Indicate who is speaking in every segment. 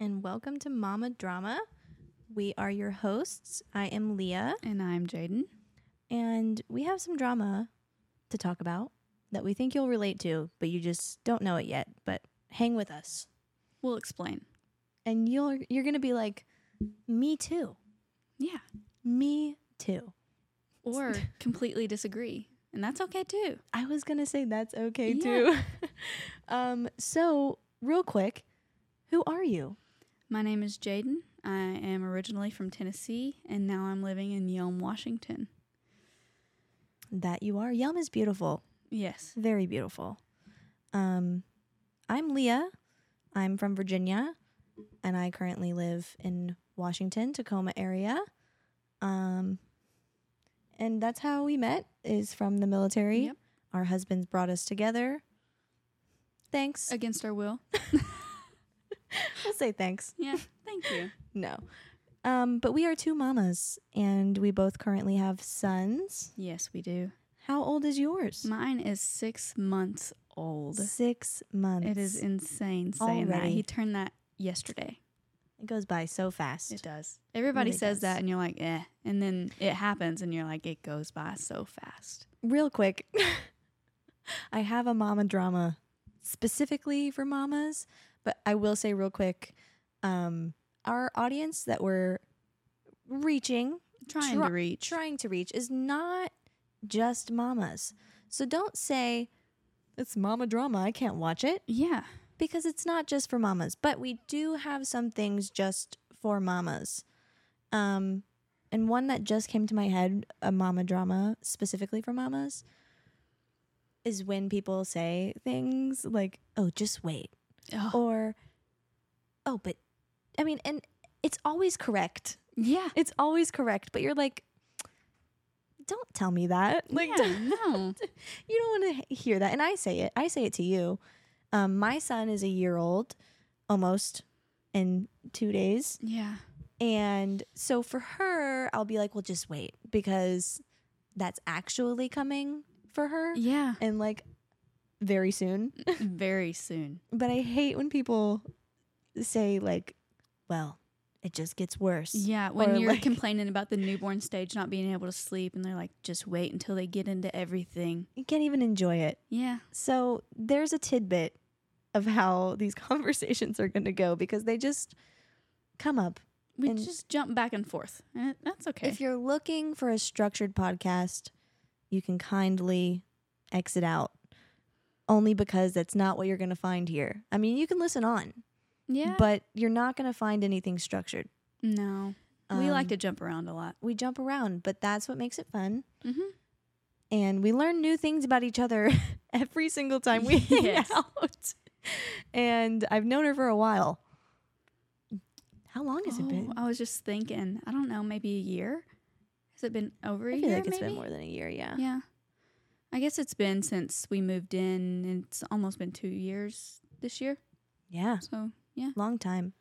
Speaker 1: and welcome to Mama Drama. We are your hosts. I am Leah,
Speaker 2: And I'm Jaden.
Speaker 1: and we have some drama to talk about that we think you'll relate to, but you just don't know it yet. But hang with us,
Speaker 2: We'll explain.
Speaker 1: and you'll you're gonna be like, "Me too,
Speaker 2: Yeah.
Speaker 1: me too."
Speaker 2: Or completely disagree. And that's okay too.
Speaker 1: I was gonna say that's okay
Speaker 2: Yeah.
Speaker 1: too. um, so real quick, who are you?
Speaker 2: My name is Jaden. I am originally from Tennessee and now I'm living in Yelm, Washington.
Speaker 1: That you are. Yum is beautiful.
Speaker 2: Yes.
Speaker 1: Very beautiful. Um, I'm Leah. I'm from Virginia, and I currently live in Washington, Tacoma area. Um, and that's how we met is from the military.
Speaker 2: Yep.
Speaker 1: Our husbands brought us together. Thanks.
Speaker 2: Against our will.
Speaker 1: We'll say thanks.
Speaker 2: Yeah. Thank you.
Speaker 1: No. Um, but we are two mamas, and we both currently have sons.
Speaker 2: Yes, we do.
Speaker 1: How old is yours?
Speaker 2: Mine is six months old.
Speaker 1: Six months.
Speaker 2: It is insane saying that.
Speaker 1: Already.
Speaker 2: He turned that yesterday.
Speaker 1: It goes by so fast.
Speaker 2: It does. Everybody
Speaker 1: really
Speaker 2: says
Speaker 1: does.
Speaker 2: that and you're like, eh. And then it happens and you're like, it goes by so fast.
Speaker 1: real quick, I have a mama drama specifically for mamas, but I will say real quick, um, our audience that we're reaching,
Speaker 2: Trying
Speaker 1: Try-
Speaker 2: to reach.
Speaker 1: trying to reach, is not just mamas. So don't say it's mama drama. I can't watch it
Speaker 2: Yeah.
Speaker 1: because it's not just for mamas, but we do have some things just for mamas. Um, and one that just came to my head, a mama drama specifically for mamas, is when people say things like, oh, just wait.
Speaker 2: Oh.
Speaker 1: Or, oh, but I mean, and it's always correct.
Speaker 2: Yeah.
Speaker 1: It's always correct, but you're like, don't tell me that. Like,
Speaker 2: yeah, no.
Speaker 1: you don't want to hear that and i say it i say it to you um, my son is a year old almost in two days
Speaker 2: Yeah.
Speaker 1: and so for her i'll be like well just wait because that's actually coming for her
Speaker 2: Yeah.
Speaker 1: and like very soon
Speaker 2: Very soon.
Speaker 1: but i hate when people say like well it just gets worse
Speaker 2: Yeah. When
Speaker 1: Or,
Speaker 2: you're
Speaker 1: like-
Speaker 2: complaining about the newborn stage not being able to sleep and they're like, just wait until they get into everything.
Speaker 1: you can't even enjoy it
Speaker 2: Yeah.
Speaker 1: So there's a tidbit of how these conversations are going to go because they just come up.
Speaker 2: We
Speaker 1: And-
Speaker 2: just jump back and forth. And it- that's okay.
Speaker 1: If you're looking for a structured podcast, you can kindly exit out only because that's not what you're going to find here. I mean, you can listen on,
Speaker 2: yeah.
Speaker 1: but you're not going to find anything structured.
Speaker 2: no. we like
Speaker 1: Um,
Speaker 2: to jump around a lot.
Speaker 1: we jump around, but that's what makes it fun.
Speaker 2: Mm-hmm.
Speaker 1: and we learn new things about each other every single time we
Speaker 2: Yes.
Speaker 1: hang out. And I've known her for a while. How long has
Speaker 2: Oh,
Speaker 1: it been?
Speaker 2: Mm-hmm. I was just thinking, I don't know, maybe a year? Has it been over a
Speaker 1: I feel
Speaker 2: year?
Speaker 1: like it's been
Speaker 2: maybe?
Speaker 1: more than a year. Yeah.
Speaker 2: Yeah. I guess it's been since we moved in. and It's almost been two years this year.
Speaker 1: Yeah.
Speaker 2: So, yeah.
Speaker 1: Long time.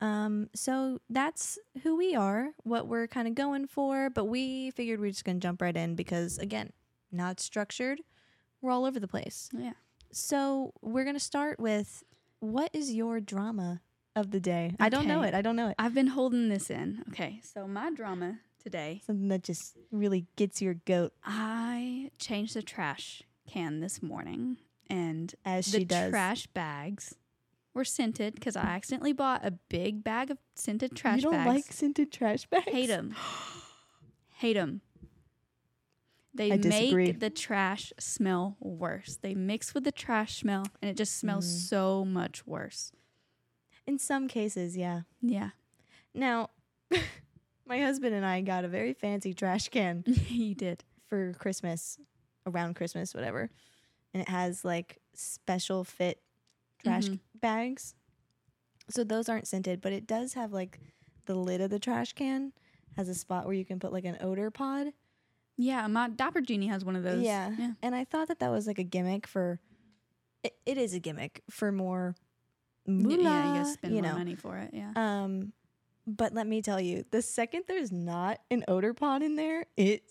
Speaker 1: Um, so that's who we are, what we're kind of going for, but we figured we're just gonna jump right in because again, not structured. We're all over the place.
Speaker 2: Yeah.
Speaker 1: So we're gonna start with what is your drama of the day? I don't know
Speaker 2: Okay.
Speaker 1: it. I don't know it.
Speaker 2: I've been holding this in. Okay, so my drama today,
Speaker 1: Something that just really gets your goat
Speaker 2: I changed the trash can this morning, and
Speaker 1: as
Speaker 2: the
Speaker 1: she does.
Speaker 2: trash bags were scented because I accidentally bought a big bag of scented trash
Speaker 1: you don't
Speaker 2: bags.
Speaker 1: like scented trash bags?
Speaker 2: Hate them. Hate them. They
Speaker 1: I disagree.
Speaker 2: make the trash smell worse. They mix with the trash smell, and it just smells
Speaker 1: Mm.
Speaker 2: so much worse.
Speaker 1: In some cases, yeah.
Speaker 2: Yeah,
Speaker 1: Now, my husband and I got a very fancy trash can
Speaker 2: you did.
Speaker 1: for Christmas, around Christmas, whatever. And it has like special fit trash
Speaker 2: Mhm.
Speaker 1: bags. So those aren't scented, but it does have like the lid of the trash can has a spot where you can put like an odor pod.
Speaker 2: Yeah, my diaper genie has one of those.
Speaker 1: Yeah.
Speaker 2: yeah.
Speaker 1: And I thought that that was like a gimmick for. It, it is a gimmick for more. Moolah,
Speaker 2: yeah, you gotta spend
Speaker 1: you
Speaker 2: more
Speaker 1: know.
Speaker 2: money for it. Yeah.
Speaker 1: Um, but let me tell you, the second there's not an odor pod in there, it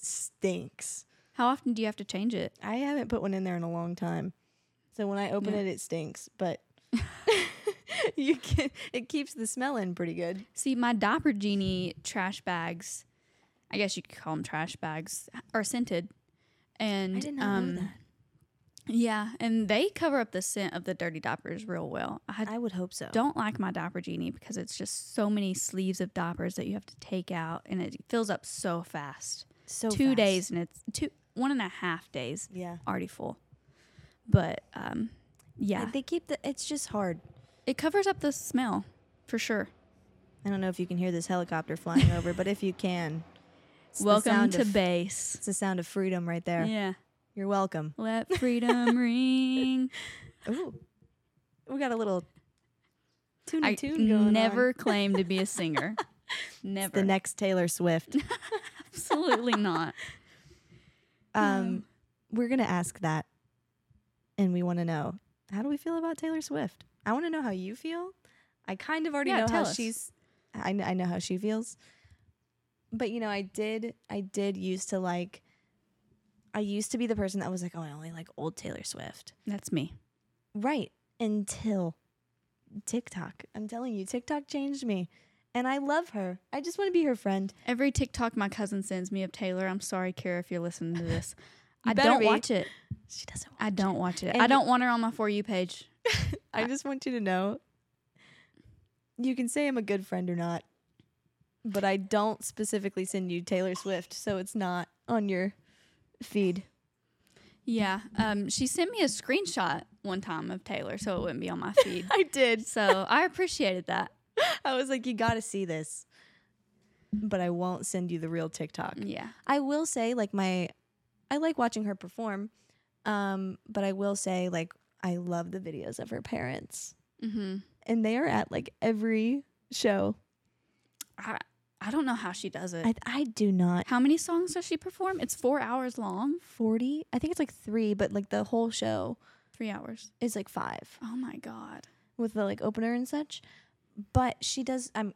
Speaker 1: stinks.
Speaker 2: How often do you have to change it?
Speaker 1: I haven't put one in there in a long time, so when I open
Speaker 2: Yeah.
Speaker 1: it, it stinks. But you can. It keeps the smell in pretty good.
Speaker 2: See, my diaper genie trash bags, I guess you could call them trash bags, are scented. And
Speaker 1: I did not
Speaker 2: um,
Speaker 1: know that.
Speaker 2: Yeah, and they cover up the scent of the dirty diapers real well. I
Speaker 1: I would hope so.
Speaker 2: don't like my diaper genie because it's just so many sleeves of diapers that you have to take out, and it fills up so fast.
Speaker 1: so
Speaker 2: two
Speaker 1: fast.
Speaker 2: days, and it's two one and a half days
Speaker 1: Yeah.
Speaker 2: already full. But um, yeah,
Speaker 1: Like, they keep the. It's just hard.
Speaker 2: it covers up the smell for sure.
Speaker 1: I don't know if you can hear this helicopter flying over, but if you can, it's the
Speaker 2: Welcome
Speaker 1: sound
Speaker 2: to
Speaker 1: of,
Speaker 2: base.
Speaker 1: It's the sound of freedom right there.
Speaker 2: Yeah,
Speaker 1: You're welcome.
Speaker 2: let freedom ring.
Speaker 1: Ooh, we got a little tune
Speaker 2: I
Speaker 1: tune going on.
Speaker 2: never claimed to be a singer. never,
Speaker 1: the next Taylor Swift.
Speaker 2: absolutely not.
Speaker 1: Um, we're gonna ask that, and we want to know how do we feel about Taylor Swift. I want to know how you feel. I kind of already
Speaker 2: Yeah,
Speaker 1: know how
Speaker 2: tell us.
Speaker 1: she's. I kn- I know how she feels, but you know, I did. I did used to like. I used to be the person that was like, "Oh, I only like old Taylor Swift."
Speaker 2: That's me.
Speaker 1: Right until TikTok. I'm telling you, TikTok changed me, and I love her. I just want to be her friend.
Speaker 2: Every TikTok my cousin sends me of Taylor, I'm sorry, Kara, if you're listening to this. I
Speaker 1: better
Speaker 2: don't
Speaker 1: be.
Speaker 2: watch it.
Speaker 1: She doesn't.
Speaker 2: I don't watch it.
Speaker 1: And
Speaker 2: I
Speaker 1: you-
Speaker 2: don't want her on my For You page.
Speaker 1: I just want you to know you can say I'm a good friend or not, but I don't specifically send you Taylor Swift, so it's not on your feed.
Speaker 2: Yeah. Um, she sent me a screenshot one time of Taylor, so it wouldn't be on my feed.
Speaker 1: I did.
Speaker 2: so I appreciated that.
Speaker 1: I was like, you got to see this, but I won't send you the real TikTok.
Speaker 2: Yeah.
Speaker 1: I will say, like, my, I like watching her perform, um, but I will say, like, I love the videos of her parents,
Speaker 2: Mm-hmm.
Speaker 1: and they are at like every show.
Speaker 2: I, I don't know how she does it.
Speaker 1: I, I do not
Speaker 2: how many songs does she perform? It's four hours long.
Speaker 1: 40 i think it's like three but like the whole show
Speaker 2: Three hours.
Speaker 1: is like five
Speaker 2: Oh my God.
Speaker 1: with the like opener and such but she does i'm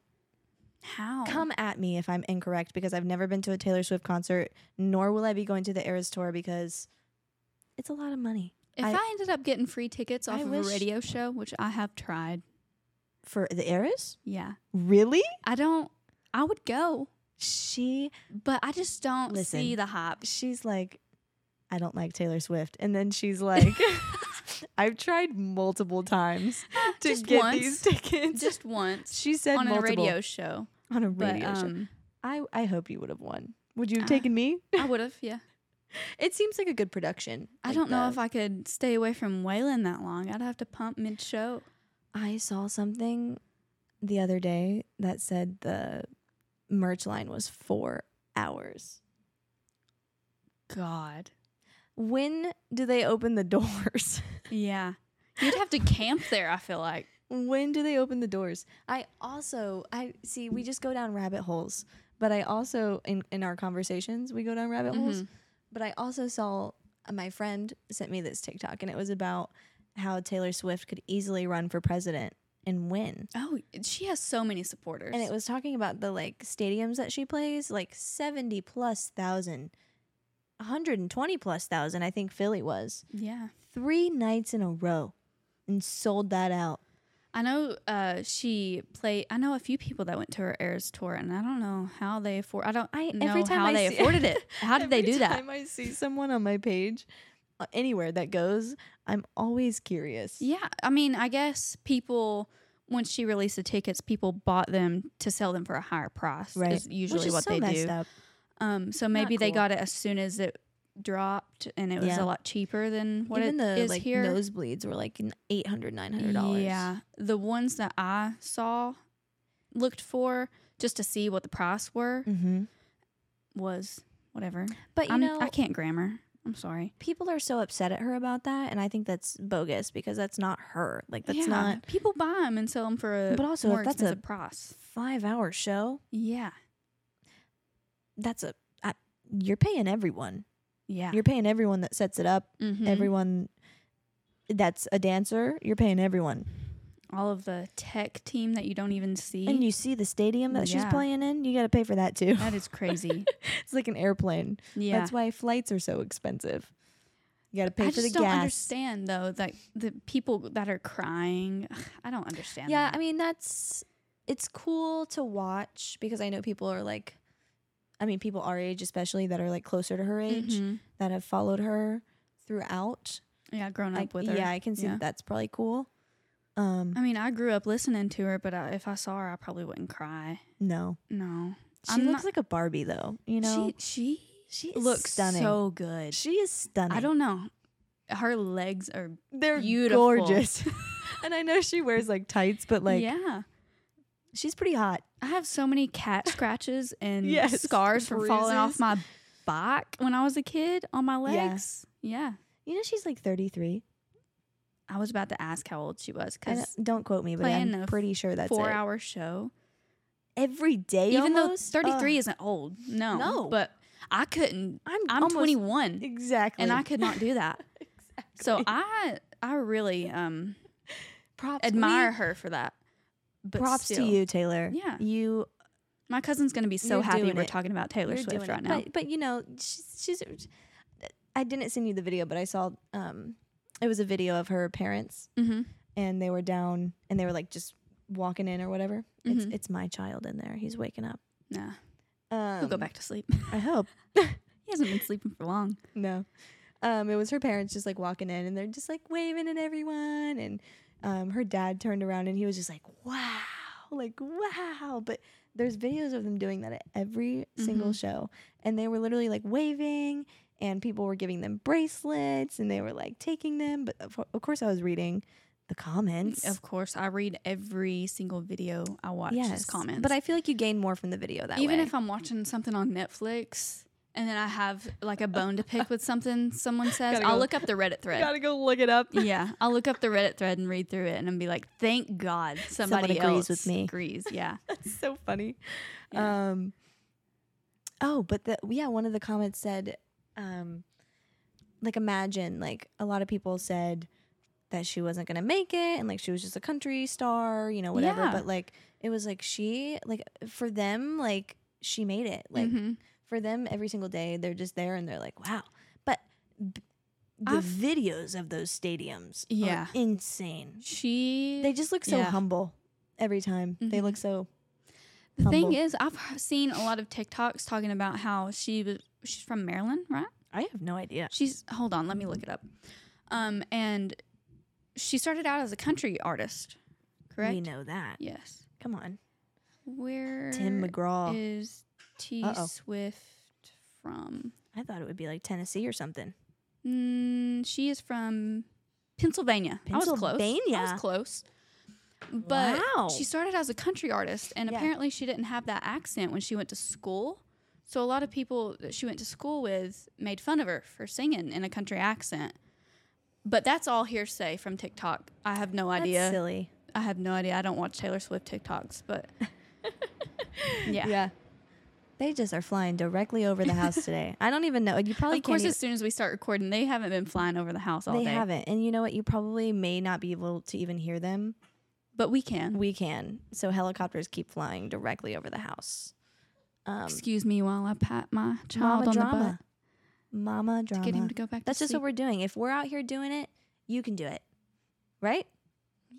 Speaker 2: How?
Speaker 1: come at me if i'm incorrect because i've never been to a taylor swift concert nor will i be going to the eras tour because it's a lot of money
Speaker 2: if I,
Speaker 1: I-
Speaker 2: ended up getting free tickets off
Speaker 1: I
Speaker 2: of
Speaker 1: wish-
Speaker 2: a radio show, which I have tried.
Speaker 1: for the eras
Speaker 2: Yeah.
Speaker 1: really
Speaker 2: I don't, I would go.
Speaker 1: she
Speaker 2: But I just don't
Speaker 1: Listen.
Speaker 2: see the hype.
Speaker 1: she's like i don't like taylor swift and then she's like i've tried multiple times to
Speaker 2: Just
Speaker 1: get
Speaker 2: once.
Speaker 1: these tickets
Speaker 2: Just once
Speaker 1: she said
Speaker 2: on
Speaker 1: multiple
Speaker 2: a radio show.
Speaker 1: on a
Speaker 2: But
Speaker 1: radio show
Speaker 2: um,
Speaker 1: I I hope you would have won. Would you have
Speaker 2: Uh,
Speaker 1: taken me?
Speaker 2: I would have, yeah.
Speaker 1: It seems like a good production.
Speaker 2: I don't know if I could stay away from Waylon that long. I'd have to pump mid show.
Speaker 1: I saw something the other day that said the merch line was four hours.
Speaker 2: God.
Speaker 1: When do they open the doors?
Speaker 2: Yeah. You'd have to camp there, I feel like.
Speaker 1: when do they open the doors? I also I see we just go down rabbit holes, but I also in in our conversations we go down rabbit holes.
Speaker 2: Mhm.
Speaker 1: But I also saw uh, my friend sent me this TikTok and it was about how Taylor Swift could easily run for president and win.
Speaker 2: Oh, she has so many supporters.
Speaker 1: And it was talking about the like stadiums that she plays, like 70 plus thousand, 120 plus thousand, I think Philly was.
Speaker 2: yeah.
Speaker 1: Three nights in a row and sold that out.
Speaker 2: I know uh, she played. I know a few people that went to her Eras tour, and I don't know how they afford. I don't.
Speaker 1: I-
Speaker 2: know
Speaker 1: every time
Speaker 2: how
Speaker 1: I
Speaker 2: they
Speaker 1: see-
Speaker 2: afforded it. How did they
Speaker 1: Every
Speaker 2: do that?
Speaker 1: time I see someone on my page, uh, anywhere that goes, I'm always curious.
Speaker 2: Yeah, I mean, I guess people once she released the tickets, people bought them to sell them for a higher price.
Speaker 1: Right.
Speaker 2: is usually
Speaker 1: Which is
Speaker 2: what
Speaker 1: so
Speaker 2: they
Speaker 1: messed
Speaker 2: do.
Speaker 1: up.
Speaker 2: Um, so maybe they
Speaker 1: cool.
Speaker 2: got it as soon as it dropped, and it was
Speaker 1: Yeah.
Speaker 2: a lot cheaper than what
Speaker 1: Even
Speaker 2: it
Speaker 1: the
Speaker 2: is
Speaker 1: like
Speaker 2: here.
Speaker 1: nosebleeds were like n- $800, $900.
Speaker 2: Yeah, the ones that I saw looked for just to see what the price were
Speaker 1: Mm-hmm.
Speaker 2: was whatever.
Speaker 1: But you
Speaker 2: I'm,
Speaker 1: know,
Speaker 2: I can't grammar. I'm sorry.
Speaker 1: people are so upset at her about that, and I think that's bogus because that's not her. Like that's
Speaker 2: Yeah,
Speaker 1: not
Speaker 2: people buy them and sell them for a
Speaker 1: But also, if
Speaker 2: more
Speaker 1: that's a-
Speaker 2: expensive price.
Speaker 1: five hour show.
Speaker 2: Yeah,
Speaker 1: That's a I, you're paying everyone.
Speaker 2: yeah.
Speaker 1: You're paying everyone that sets it up.
Speaker 2: Mhm.
Speaker 1: Everyone that's a dancer. You're paying everyone,
Speaker 2: all of the tech team that you don't even see.
Speaker 1: and you see the stadium that she's
Speaker 2: Yeah.
Speaker 1: playing in. You got to pay for that too.
Speaker 2: that is crazy.
Speaker 1: it's like an airplane.
Speaker 2: yeah.
Speaker 1: That's why flights are so expensive. You gotta pay
Speaker 2: I
Speaker 1: for the
Speaker 2: just don't
Speaker 1: gas.
Speaker 2: understand though that the people that are crying. I don't understand.
Speaker 1: Yeah,
Speaker 2: that.
Speaker 1: I mean that's it's cool to watch because I know people are like I mean people our age especially that are like closer to her age
Speaker 2: Mhm.
Speaker 1: that have followed her throughout.
Speaker 2: yeah, grown up
Speaker 1: I,
Speaker 2: with her.
Speaker 1: Yeah, I can see
Speaker 2: Yeah.
Speaker 1: that that's probably cool. Um
Speaker 2: I mean, I grew up listening to her, but I, if I saw her, I probably wouldn't cry.
Speaker 1: no.
Speaker 2: No,
Speaker 1: She
Speaker 2: I'm
Speaker 1: looks
Speaker 2: not-
Speaker 1: like a Barbie though, you know.
Speaker 2: she
Speaker 1: She,
Speaker 2: she
Speaker 1: is
Speaker 2: looks
Speaker 1: stunning.
Speaker 2: so good.
Speaker 1: she is stunning.
Speaker 2: I don't know. Her legs are
Speaker 1: they're
Speaker 2: beautiful.
Speaker 1: gorgeous. and I know she wears like tights, but like
Speaker 2: yeah.
Speaker 1: she's pretty hot.
Speaker 2: I have so many cat scratches and
Speaker 1: Yes,
Speaker 2: scars from falling off
Speaker 1: bruises.
Speaker 2: my back when I was a kid on my legs. yeah.
Speaker 1: You know she's like 33.
Speaker 2: I was about to ask how old she was
Speaker 1: I don't-
Speaker 2: because
Speaker 1: don't quote me, but
Speaker 2: playing
Speaker 1: I'm
Speaker 2: a
Speaker 1: pretty sure that's
Speaker 2: four
Speaker 1: it.
Speaker 2: hour show.
Speaker 1: Every day,
Speaker 2: Even
Speaker 1: almost?
Speaker 2: though
Speaker 1: Ugh.
Speaker 2: 33 isn't old, no,
Speaker 1: No.
Speaker 2: but I couldn't.
Speaker 1: I'm
Speaker 2: I'm
Speaker 1: almost-
Speaker 2: 21
Speaker 1: Exactly.
Speaker 2: and I could not do that.
Speaker 1: Exactly.
Speaker 2: So I I really um
Speaker 1: props
Speaker 2: admire
Speaker 1: we-
Speaker 2: her for that. But
Speaker 1: props
Speaker 2: still.
Speaker 1: to you, Taylor.
Speaker 2: Yeah.
Speaker 1: You
Speaker 2: My cousin's gonna be so
Speaker 1: You're
Speaker 2: happy
Speaker 1: doing
Speaker 2: we're
Speaker 1: it.
Speaker 2: talking about Taylor
Speaker 1: you're doing
Speaker 2: Swift
Speaker 1: it.
Speaker 2: right now.
Speaker 1: But, but you know, she's, she's I didn't send you the video, but I saw um it was a video of her parents
Speaker 2: hmm
Speaker 1: and they were down and they were like just walking in or whatever. It's
Speaker 2: Mhm.
Speaker 1: it's my child in there. He's waking up.
Speaker 2: Nah,
Speaker 1: Um,
Speaker 2: he'll go back to sleep.
Speaker 1: I hope.
Speaker 2: He hasn't been sleeping for long.
Speaker 1: No. Um, it was her parents just like walking in and they're just like waving at everyone. And um, her dad turned around and he was just like, wow, like, wow. But there's videos of them doing that at every single
Speaker 2: Mhm.
Speaker 1: show. And they were literally like waving and people were giving them bracelets and they were like taking them. But of, of course, I was reading the comments.
Speaker 2: Of course, I read every single video I watch. His comments,
Speaker 1: But I feel like you gain more from the video that
Speaker 2: even
Speaker 1: way.
Speaker 2: if I'm watching something on Netflix and then I have like a bone to pick with something someone says,
Speaker 1: Gotta
Speaker 2: I'll
Speaker 1: go-
Speaker 2: look up the Reddit thread.
Speaker 1: gotta go look it up.
Speaker 2: yeah, I'll look up the Reddit thread and read through it and be like, "Thank God somebody
Speaker 1: agrees
Speaker 2: else
Speaker 1: with me."
Speaker 2: Agrees, yeah.
Speaker 1: That's so funny.
Speaker 2: Yeah.
Speaker 1: Um Oh, but the yeah, one of the comments said um like imagine like a lot of people said that she wasn't going to make it and like she was just a country star, you know, whatever,
Speaker 2: Yeah.
Speaker 1: but like it was like she like for them like she made it. Like
Speaker 2: Mhm.
Speaker 1: for them every single day they're just there and they're like, "Wow." But b- the
Speaker 2: I've-
Speaker 1: videos of those stadiums
Speaker 2: Yeah.
Speaker 1: are insane.
Speaker 2: she.
Speaker 1: They just look so
Speaker 2: Yeah.
Speaker 1: humble every time. They
Speaker 2: Mhm.
Speaker 1: look so
Speaker 2: the thing
Speaker 1: humble.
Speaker 2: is, I've seen a lot of TikToks talking about how she was. She's from Maryland, right?
Speaker 1: I have no idea.
Speaker 2: She's hold on, let me look it up. Um, and she started out as a country artist, correct?
Speaker 1: We know that.
Speaker 2: Yes.
Speaker 1: Come on.
Speaker 2: Where
Speaker 1: Tim McGraw.
Speaker 2: Er, is T
Speaker 1: Uh-oh.
Speaker 2: Swift from?
Speaker 1: I thought it would be like Tennessee or something.
Speaker 2: Mm, she is from Pennsylvania. I was
Speaker 1: Pennsylvania.
Speaker 2: close. I was close. But
Speaker 1: Wow.
Speaker 2: she started as a country artist, and
Speaker 1: Yeah.
Speaker 2: apparently she didn't have that accent when she went to school. So a lot of people that she went to school with made fun of her for singing in a country accent. But that's all hearsay from TikTok. I have no
Speaker 1: That's
Speaker 2: idea.
Speaker 1: silly.
Speaker 2: I have no idea. I don't watch Taylor Swift TikToks, but yeah.
Speaker 1: They just are flying directly over the house today. I don't even know. You probably
Speaker 2: Of course,
Speaker 1: can't.
Speaker 2: as soon as we start recording, they haven't been flying over the house all
Speaker 1: even, they
Speaker 2: day.
Speaker 1: haven't. And you know what? You probably may not be able to even hear them.
Speaker 2: but we can.
Speaker 1: We can. So helicopters keep flying directly over the house. Um,
Speaker 2: Excuse me while I pat my child
Speaker 1: mama
Speaker 2: on the butt.
Speaker 1: drama. Mama drama.
Speaker 2: Get him to go back.
Speaker 1: That's
Speaker 2: to
Speaker 1: just what we're doing. If we're out here doing it, you can do it. Right?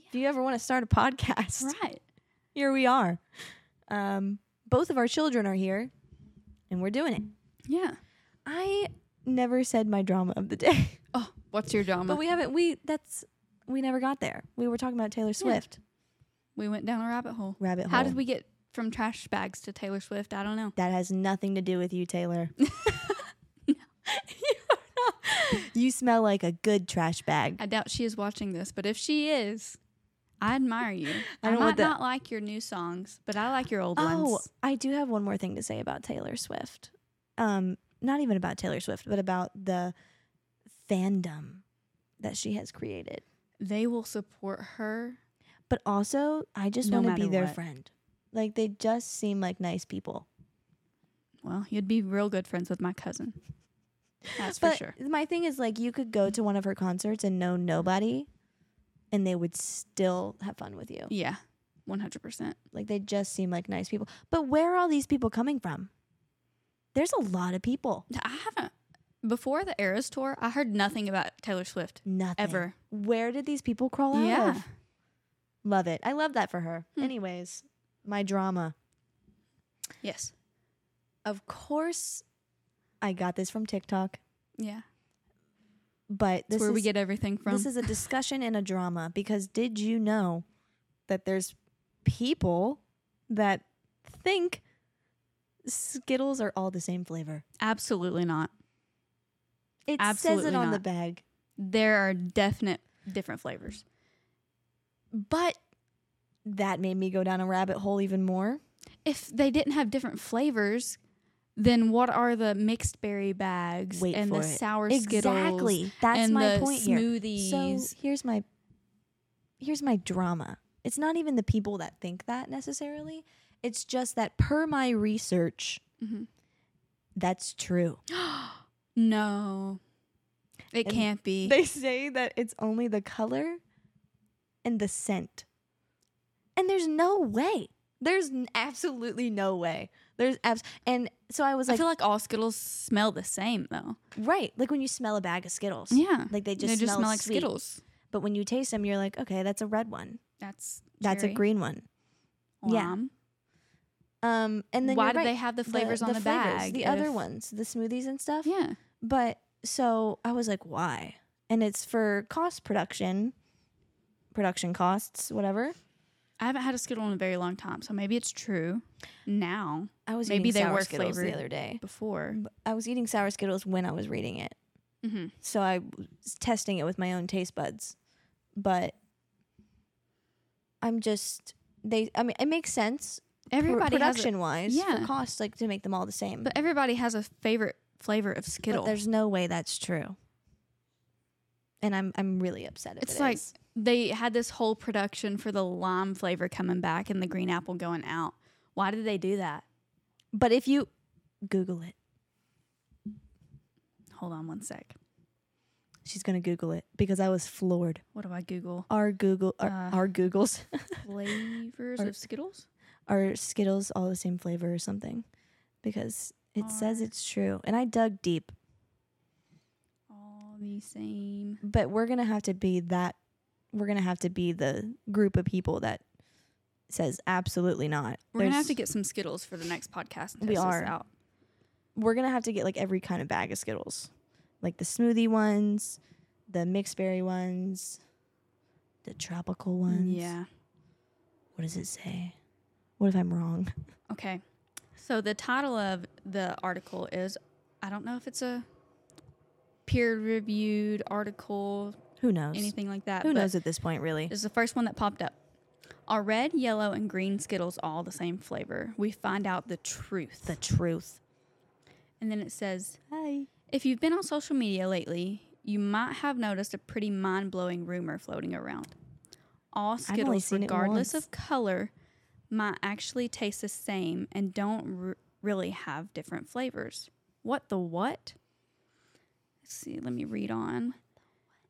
Speaker 1: If you ever want to start a podcast,
Speaker 2: sleep. right.
Speaker 1: here we are. Um, both of our children are here, and we're doing it.
Speaker 2: Yeah.
Speaker 1: I never said my drama of the day,
Speaker 2: Oh, what's your drama?
Speaker 1: but
Speaker 2: We,
Speaker 1: we haven't. We that's we never got there. We were talking about Taylor Swift.
Speaker 2: went down a rabbit hole.
Speaker 1: Rabbit hole.
Speaker 2: How did we get from trash bags to Taylor Swift? I don't know.
Speaker 1: That has nothing to do with you, Taylor. you, are not- you smell like a good trash bag.
Speaker 2: I doubt she is watching this, but if she is, I admire you.
Speaker 1: I
Speaker 2: I,
Speaker 1: don't
Speaker 2: might
Speaker 1: want that-
Speaker 2: not like your new songs, but I like your old
Speaker 1: Oh,
Speaker 2: ones.
Speaker 1: I do have one more thing to say about Taylor Swift. Um, not even about Taylor Swift, but about the fandom that she has created.
Speaker 2: They will support her.
Speaker 1: but also I just
Speaker 2: No
Speaker 1: want to be
Speaker 2: matter
Speaker 1: their
Speaker 2: what.
Speaker 1: friend. Like they just seem like nice people.
Speaker 2: Well, you'd be real good friends with my cousin. That's for
Speaker 1: but
Speaker 2: sure.
Speaker 1: my thing is like you could go to one of her concerts and know nobody and they would still have fun with you.
Speaker 2: Yeah, one hundred percent.
Speaker 1: Like they just seem like nice people. But where are all these people coming from? There's a lot of people.
Speaker 2: I haven't. before the Eras tour, I heard nothing about Taylor Swift
Speaker 1: Nothing.
Speaker 2: ever.
Speaker 1: Where did these people crawl out
Speaker 2: Yeah.
Speaker 1: of? Love it. I love that for her.
Speaker 2: Hmm.
Speaker 1: Anyways, my drama.
Speaker 2: Yes.
Speaker 1: Of course, I got this from TikTok,
Speaker 2: Yeah.
Speaker 1: but
Speaker 2: That's
Speaker 1: this
Speaker 2: where
Speaker 1: is
Speaker 2: we get everything from.
Speaker 1: This is a discussion and a drama because did you know that there's people that think Skittles are all the same flavor?
Speaker 2: Absolutely not.
Speaker 1: It says
Speaker 2: Absolutely
Speaker 1: it on the
Speaker 2: not.
Speaker 1: bag.
Speaker 2: There are definite different flavors.
Speaker 1: But that made me go down a rabbit hole even more.
Speaker 2: If they didn't have different flavors, then what are the mixed berry bags
Speaker 1: Wait
Speaker 2: and
Speaker 1: for
Speaker 2: the
Speaker 1: it.
Speaker 2: sour skittles?
Speaker 1: Exactly. That's
Speaker 2: and
Speaker 1: my
Speaker 2: the
Speaker 1: point here.
Speaker 2: smoothies.
Speaker 1: So here's my here's my drama. It's not even the people that think that necessarily. It's just that per my research,
Speaker 2: Mhm.
Speaker 1: that's true.
Speaker 2: No. It
Speaker 1: And
Speaker 2: can't be.
Speaker 1: They say that it's only the color and the scent. And there's no way. There's n- absolutely no way. There's abs- and so I was
Speaker 2: I
Speaker 1: like,
Speaker 2: feel like all Skittles smell the same though.
Speaker 1: right, like when you smell a bag of Skittles.
Speaker 2: Yeah.
Speaker 1: Like they just,
Speaker 2: they just
Speaker 1: smell,
Speaker 2: smell like
Speaker 1: sweet.
Speaker 2: Skittles.
Speaker 1: But when you taste them, you're like, okay, that's a red one.
Speaker 2: That's
Speaker 1: That's a
Speaker 2: cherry.
Speaker 1: green one. yeah.
Speaker 2: Lime.
Speaker 1: Um and then
Speaker 2: why
Speaker 1: you're
Speaker 2: do
Speaker 1: right,
Speaker 2: they have the flavors on the,
Speaker 1: flavors,
Speaker 2: bag?
Speaker 1: The
Speaker 2: if-
Speaker 1: other ones, the smoothies and stuff.
Speaker 2: Yeah.
Speaker 1: But so I was like, why? And it's for cost production, production costs, whatever.
Speaker 2: I haven't had a Skittle in a very long time, so maybe it's true now
Speaker 1: I was
Speaker 2: Maybe
Speaker 1: eating
Speaker 2: they
Speaker 1: sour
Speaker 2: were
Speaker 1: Skittles the
Speaker 2: flavored.
Speaker 1: other day.
Speaker 2: before.
Speaker 1: B- I was eating sour Skittles when I was reading it,
Speaker 2: Mm-hmm.
Speaker 1: so I was testing it with my own taste buds. But I'm just they. I mean, it makes sense. pr-
Speaker 2: Everybody
Speaker 1: production
Speaker 2: has
Speaker 1: wise, for
Speaker 2: yeah.
Speaker 1: cost, like to make them all the
Speaker 2: a,
Speaker 1: same.
Speaker 2: but everybody has a favorite flavor of
Speaker 1: But
Speaker 2: Skittle.
Speaker 1: there's no way that's true. And I'm I'm really upset. If
Speaker 2: It's
Speaker 1: it
Speaker 2: like-
Speaker 1: is.
Speaker 2: they had this whole production for the lime flavor coming back and the green apple going out. Why did they do that?
Speaker 1: but if you Google it,
Speaker 2: Hold on one sec.
Speaker 1: she's gonna Google it because I was floored.
Speaker 2: What do I Google?
Speaker 1: Our Google, our,
Speaker 2: Uh.
Speaker 1: our Googles,
Speaker 2: Flavors
Speaker 1: Or-
Speaker 2: of Skittles?
Speaker 1: are Skittles all the same flavor or something? Because it says
Speaker 2: Are-
Speaker 1: it's true, and I dug deep.
Speaker 2: All the same.
Speaker 1: but we're gonna have to be that we're gonna have to be the group of people that says absolutely not
Speaker 2: We're going to have to
Speaker 1: There's-
Speaker 2: get some Skittles for the next podcast. And
Speaker 1: We
Speaker 2: test this
Speaker 1: are.
Speaker 2: out.
Speaker 1: we're gonna have to get like every kind of bag of skittles like the smoothie ones the mixed berry ones the tropical ones
Speaker 2: Yeah.
Speaker 1: what does it say what if i'm wrong
Speaker 2: Okay. So the title of the article is I don't know if it's a peer reviewed article,
Speaker 1: who knows
Speaker 2: anything like that.
Speaker 1: who
Speaker 2: but
Speaker 1: knows at this point really
Speaker 2: This is the first one that popped up. Are red, yellow, and green Skittles all the same flavor? We find out the truth.
Speaker 1: the truth
Speaker 2: and then it says
Speaker 1: hi
Speaker 2: If you've been on social media lately, you might have noticed a pretty mind blowing rumor floating around. All
Speaker 1: I've only
Speaker 2: Skittles,
Speaker 1: seen it
Speaker 2: regardless
Speaker 1: once.
Speaker 2: of color, might actually taste the same and don't r- really have different flavors. What the what? Let's see, let me read on.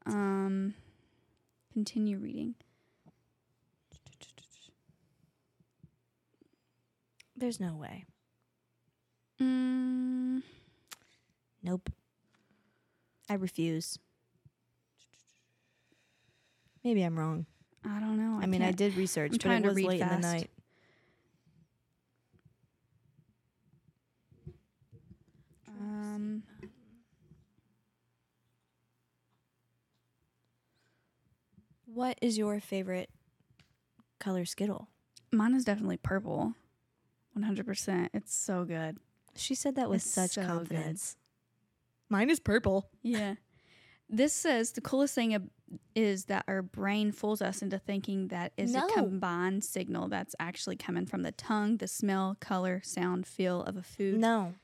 Speaker 2: Um, continue reading.
Speaker 1: there's no way
Speaker 2: Mm,
Speaker 1: Nope. I refuse. Maybe I'm wrong.
Speaker 2: Oh, I don't know.
Speaker 1: I, mean, I
Speaker 2: can't-
Speaker 1: did research, but
Speaker 2: trying
Speaker 1: it
Speaker 2: to
Speaker 1: was
Speaker 2: read
Speaker 1: late in
Speaker 2: fast.
Speaker 1: the night.
Speaker 2: Um,
Speaker 1: What is your favorite color Skittle?
Speaker 2: mine is definitely purple. 100%. It's so good.
Speaker 1: She said that with
Speaker 2: It's
Speaker 1: such
Speaker 2: so good.
Speaker 1: confidence. Mine is purple.
Speaker 2: Yeah. This says the coolest thing ab- is that our brain fools us into thinking that is
Speaker 1: No.
Speaker 2: a combined signal that's actually coming from the tongue, the smell, color, sound, feel of a food
Speaker 1: No,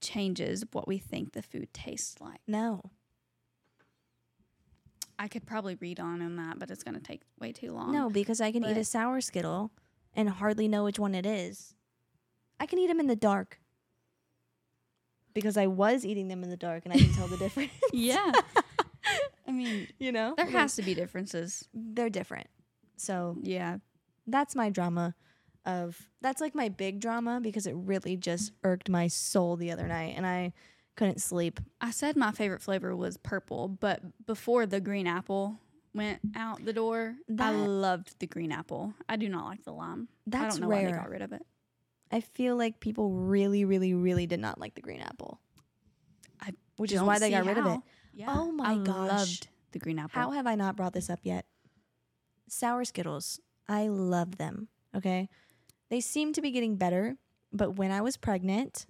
Speaker 2: changes what we think the food tastes like.
Speaker 1: no.
Speaker 2: I could probably read on on that, but it's going to take way too long.
Speaker 1: No, because I can eat a
Speaker 2: But-
Speaker 1: sour Skittle and hardly know which one it is. I can eat them in the dark. Because I was eating them in the dark and I can tell the difference,
Speaker 2: Yeah. I mean,
Speaker 1: you know?
Speaker 2: there
Speaker 1: Like,
Speaker 2: has to be differences.
Speaker 1: they're different. So
Speaker 2: Yeah.
Speaker 1: that's my drama of that's like my big drama because it really just irked my soul the other night and I Couldn't sleep.
Speaker 2: I said my favorite flavor was purple, but before the green apple went out the door, I
Speaker 1: That-
Speaker 2: loved the green apple. I do not like the lime. I
Speaker 1: That's
Speaker 2: don't know why they
Speaker 1: rare.
Speaker 2: got rid of it.
Speaker 1: I feel like people really, really, really did not like the green apple.
Speaker 2: I
Speaker 1: which is
Speaker 2: Don't
Speaker 1: why they
Speaker 2: see
Speaker 1: got rid of it.
Speaker 2: how. Yeah.
Speaker 1: Oh my
Speaker 2: I
Speaker 1: gosh.
Speaker 2: loved the green apple.
Speaker 1: How have I not brought this up yet? Sour Skittles. I love them. Okay. They seem to be getting better, but when I was pregnant,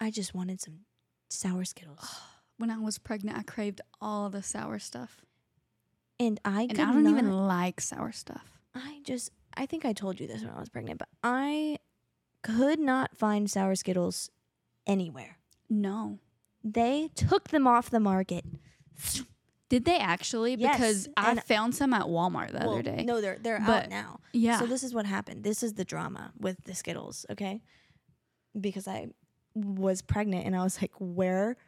Speaker 1: I just wanted some sour Skittles.
Speaker 2: when I was pregnant, I craved all the sour stuff,
Speaker 1: And I
Speaker 2: and
Speaker 1: could
Speaker 2: I don't
Speaker 1: not,
Speaker 2: even like sour stuff.
Speaker 1: I just I think I told you this when I was pregnant, but I could not find sour Skittles anywhere.
Speaker 2: No.
Speaker 1: They took them off the market.
Speaker 2: Did they actually?
Speaker 1: Yes,
Speaker 2: Because I
Speaker 1: and-
Speaker 2: found some at Walmart the
Speaker 1: Well,
Speaker 2: other day.
Speaker 1: No, they're they're
Speaker 2: But-
Speaker 1: out now.
Speaker 2: Yeah.
Speaker 1: So this is what happened. This is the drama with the Skittles, okay? Because I was pregnant and I was like, where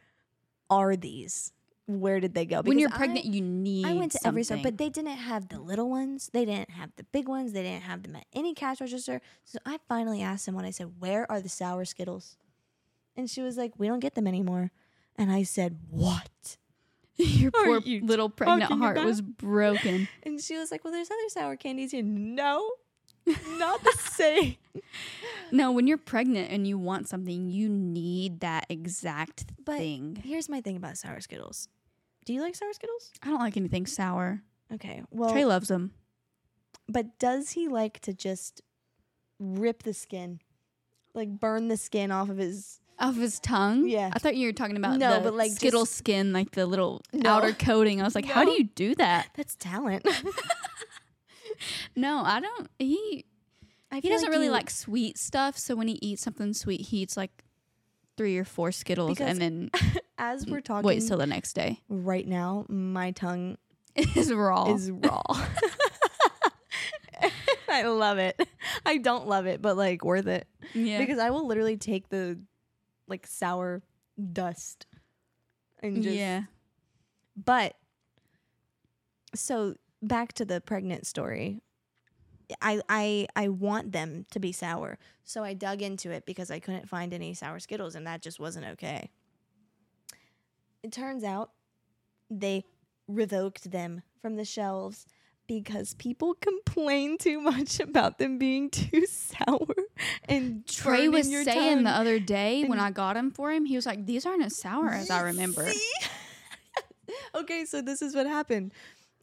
Speaker 1: are these? Where did they go?
Speaker 2: when you're
Speaker 1: Because I-
Speaker 2: pregnant, you need.
Speaker 1: I went to every store,
Speaker 2: something.
Speaker 1: but they didn't have the little ones. They didn't have the big ones. They didn't have them at any cash register. So I finally asked someone, I said, Where are the sour Skittles? And she was like, We don't get them anymore. And I said, What?
Speaker 2: your
Speaker 1: Are
Speaker 2: poor
Speaker 1: you
Speaker 2: little pregnant
Speaker 1: talking
Speaker 2: heart
Speaker 1: about-
Speaker 2: was broken.
Speaker 1: And she was like, Well, there's other sour candies here. No, not the same.
Speaker 2: No, when you're pregnant and you want something, you need that exact
Speaker 1: But
Speaker 2: thing.
Speaker 1: Here's my thing about sour Skittles. Do you like sour Skittles?
Speaker 2: I don't like anything sour.
Speaker 1: Okay. Well,
Speaker 2: Trey loves them.
Speaker 1: but does he like to just rip the skin? Like burn the skin off of his
Speaker 2: Off his tongue?
Speaker 1: Yeah.
Speaker 2: I thought you were talking about
Speaker 1: No,
Speaker 2: the
Speaker 1: but, like,
Speaker 2: Skittle skin, like the little
Speaker 1: No.
Speaker 2: outer coating. I was like, how do
Speaker 1: No.
Speaker 2: you do that?
Speaker 1: That's talent.
Speaker 2: No, I don't. He
Speaker 1: I
Speaker 2: he
Speaker 1: feel
Speaker 2: doesn't really
Speaker 1: you-
Speaker 2: like sweet stuff. So when he eats something sweet, he eats like three or four Skittles
Speaker 1: Because
Speaker 2: and then
Speaker 1: as we're talking
Speaker 2: waits till the next day.
Speaker 1: right now, my tongue
Speaker 2: It's raw.
Speaker 1: is raw. I love it. I don't love it, but like worth it.
Speaker 2: yeah.
Speaker 1: Because I will literally take the like sour dust and just
Speaker 2: yeah.
Speaker 1: But so back to the pregnant story. I I I want them to be sour. So I dug into it because I couldn't find any sour Skittles and that just wasn't okay. It turns out they revoked them from the shelves because people complain too much about them being too sour and
Speaker 2: Trey
Speaker 1: burning
Speaker 2: was
Speaker 1: your
Speaker 2: saying
Speaker 1: tongue.
Speaker 2: the other day when
Speaker 1: And-
Speaker 2: I got him for him, he was like, "These aren't as sour as I remember."
Speaker 1: See? okay, so this is what happened.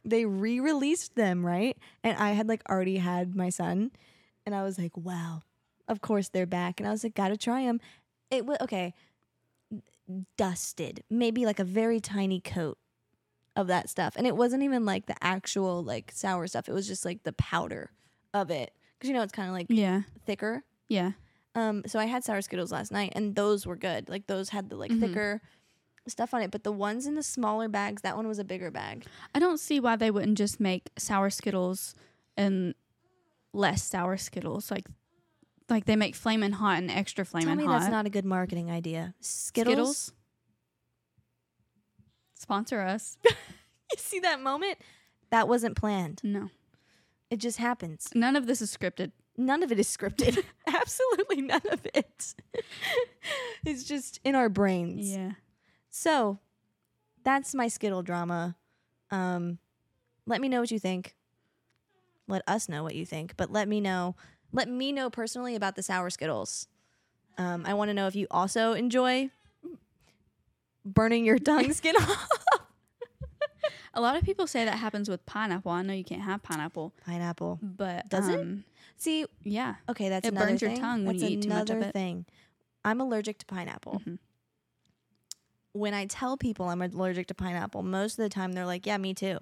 Speaker 1: They re-released them, right? And I had like already had my son, and I was like, "Wow, of course they're back." And I was like, "Gotta try them." It was okay, dusted, maybe like a very tiny coat of that stuff, and it wasn't even like the actual like sour stuff. It was just like the powder of it, because you know it's kind of like
Speaker 2: Yeah,
Speaker 1: thicker.
Speaker 2: yeah.
Speaker 1: Um, so I had sour Skittles last night, and those were good. Like those had the like
Speaker 2: Mhm.
Speaker 1: thicker stuff on it, but the ones in the smaller bags, that one was a bigger bag.
Speaker 2: I don't see why they wouldn't just make sour Skittles and less sour Skittles. Like, like they make flamin' hot and extra
Speaker 1: Tell
Speaker 2: flamin'
Speaker 1: me
Speaker 2: hot.
Speaker 1: that's not a good marketing idea. Skittles.
Speaker 2: Skittles? Sponsor us?
Speaker 1: You see that moment? That wasn't planned.
Speaker 2: No,
Speaker 1: It just happens.
Speaker 2: none of this is scripted.
Speaker 1: None of it is scripted. Absolutely none of it. it's just in our brains.
Speaker 2: Yeah,
Speaker 1: So that's my Skittle drama. Um, let me know what you think. Let us know what you think, but let me know. Let me know personally about the sour Skittles. Um, I want to know if you also enjoy burning your tongue skin off.
Speaker 2: a lot of people say that happens with pineapple. I know you can't have pineapple,
Speaker 1: Pineapple.
Speaker 2: but
Speaker 1: Does it?
Speaker 2: um,
Speaker 1: See,
Speaker 2: Yeah,
Speaker 1: okay, that's
Speaker 2: It
Speaker 1: another
Speaker 2: burns your
Speaker 1: thing.
Speaker 2: tongue when
Speaker 1: that's
Speaker 2: you eat too much of
Speaker 1: another
Speaker 2: it.
Speaker 1: thing. I'm allergic to pineapple.
Speaker 2: Mhm.
Speaker 1: when I tell people I'm allergic to pineapple, most of the time they're like, "Yeah, me too."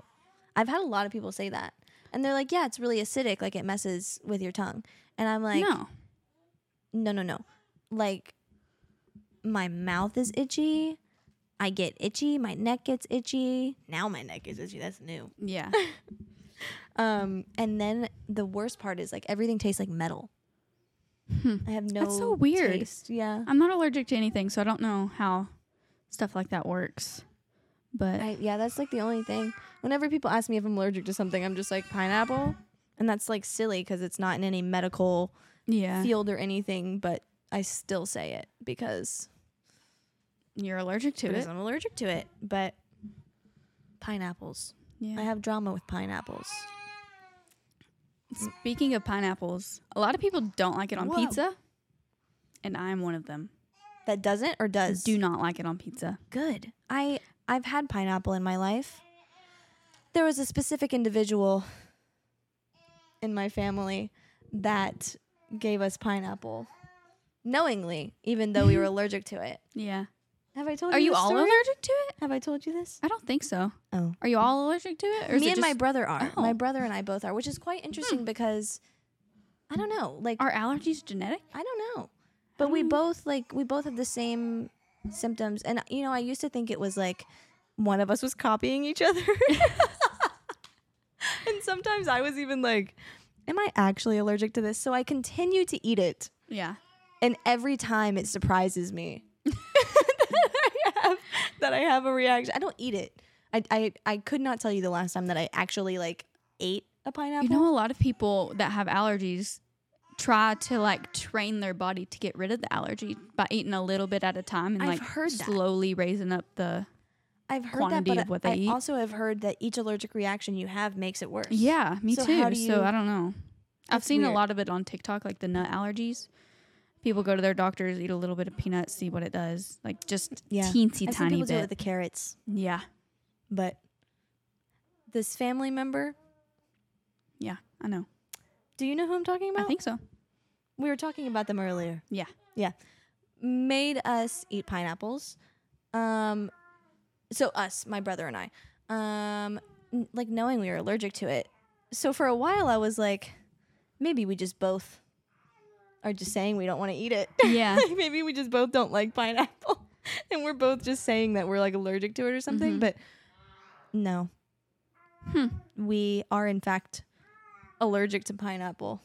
Speaker 1: I've had a lot of people say that, and they're like, "Yeah, it's really acidic, like it messes with your tongue." And I'm like,
Speaker 2: no.
Speaker 1: no, no, no. Like my mouth is itchy. I get itchy. My neck gets itchy. Now my neck is itchy. That's new.
Speaker 2: Yeah,
Speaker 1: Um, and then the worst part is like everything tastes like metal.
Speaker 2: Hmm.
Speaker 1: I have no.
Speaker 2: That's so weird.
Speaker 1: taste. Yeah.
Speaker 2: I'm not allergic to anything, so I don't know how stuff like that works. But
Speaker 1: I, yeah, that's like the only thing. Whenever people ask me if I'm allergic to something, I'm just like pineapple, and that's like silly because it's not in any medical
Speaker 2: yeah,
Speaker 1: field or anything. But I still say it because
Speaker 2: you're allergic to
Speaker 1: because
Speaker 2: it.
Speaker 1: I'm allergic to it. But pineapples. I
Speaker 2: Yeah.
Speaker 1: have drama with pineapples.
Speaker 2: Speaking of pineapples, a lot of people don't like it on
Speaker 1: Whoa.
Speaker 2: pizza, and I'm one of them.
Speaker 1: That doesn't or does?
Speaker 2: Do not like it on pizza.
Speaker 1: good. I I've had pineapple in my life. There was a specific individual in my family that gave us pineapple knowingly, even though we were allergic to it.
Speaker 2: Yeah.
Speaker 1: Have I told
Speaker 2: Are
Speaker 1: you
Speaker 2: you
Speaker 1: this
Speaker 2: all
Speaker 1: story?
Speaker 2: allergic to it?
Speaker 1: Have I told you this?
Speaker 2: I don't think so.
Speaker 1: Oh.
Speaker 2: Are you all allergic to it? Or is
Speaker 1: Me
Speaker 2: it
Speaker 1: and my
Speaker 2: just-
Speaker 1: brother are.
Speaker 2: Oh.
Speaker 1: My brother and I both are, which is quite interesting because I don't know. Like
Speaker 2: are allergies genetic?
Speaker 1: I don't know. But we
Speaker 2: don't-
Speaker 1: both like we both have the same symptoms and you know, I used to think it was like one of us was copying each other. and sometimes I was even like, am I actually allergic to this? So I continue to eat it.
Speaker 2: Yeah.
Speaker 1: And every time it surprises me that, I have, that I have a reaction. I don't eat it. I, I I could not tell you the last time that I actually like ate a pineapple.
Speaker 2: You know, a lot of people that have allergies try to like train their body to get rid of the allergy by eating a little bit at a time and
Speaker 1: I've
Speaker 2: like
Speaker 1: heard that.
Speaker 2: slowly raising up the.
Speaker 1: I've heard
Speaker 2: quantity
Speaker 1: that, but
Speaker 2: of what
Speaker 1: I
Speaker 2: they eat.
Speaker 1: also have heard that each allergic reaction you have makes it worse.
Speaker 2: Yeah, me
Speaker 1: So
Speaker 2: too.
Speaker 1: how do you-
Speaker 2: so I don't know. I've
Speaker 1: That's
Speaker 2: seen a
Speaker 1: weird.
Speaker 2: lot of it on TikTok, like the nut allergies. People go to their doctors, eat a little bit of peanuts, see what it does. Like just
Speaker 1: Yeah.
Speaker 2: teensy
Speaker 1: I've seen
Speaker 2: tiny
Speaker 1: people do it with
Speaker 2: bit.
Speaker 1: the carrots,
Speaker 2: yeah,
Speaker 1: but this family member,
Speaker 2: yeah, I know.
Speaker 1: do you know who I'm talking about?
Speaker 2: I think so.
Speaker 1: we were talking about them earlier.
Speaker 2: Yeah.
Speaker 1: Yeah. Made us eat pineapples. Um so us, my brother and I. Um n- like knowing we were allergic to it. So for a while I was like maybe we just both are just saying we don't want to eat it.
Speaker 2: Yeah.
Speaker 1: Like, maybe we just both don't like pineapple and we're both just saying that we're like allergic to it or something,
Speaker 2: Mhm.
Speaker 1: but no.
Speaker 2: Hmm.
Speaker 1: We are in fact allergic to pineapple.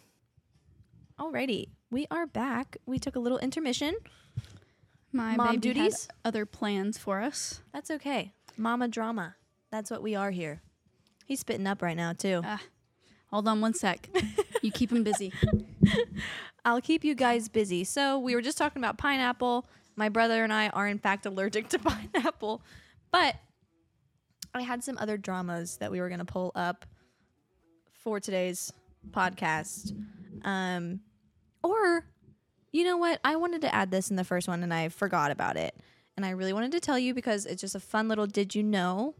Speaker 1: Alrighty, we are back. We took a little intermission.
Speaker 2: My
Speaker 1: Mom
Speaker 2: baby had
Speaker 1: duties?
Speaker 2: other plans for us.
Speaker 1: That's okay. Mama drama. That's what we are here. He's spitting up right now too.
Speaker 2: Hold on one sec. you keep him busy.
Speaker 1: I'll keep you guys busy. So we were just talking about pineapple. My brother and I are in fact allergic to pineapple, but I had some other dramas that we were going to pull up for today's podcast. Um, or you know what? I wanted to add this in the first one and I forgot about it. And I really wanted to tell you because it's just a fun little did you know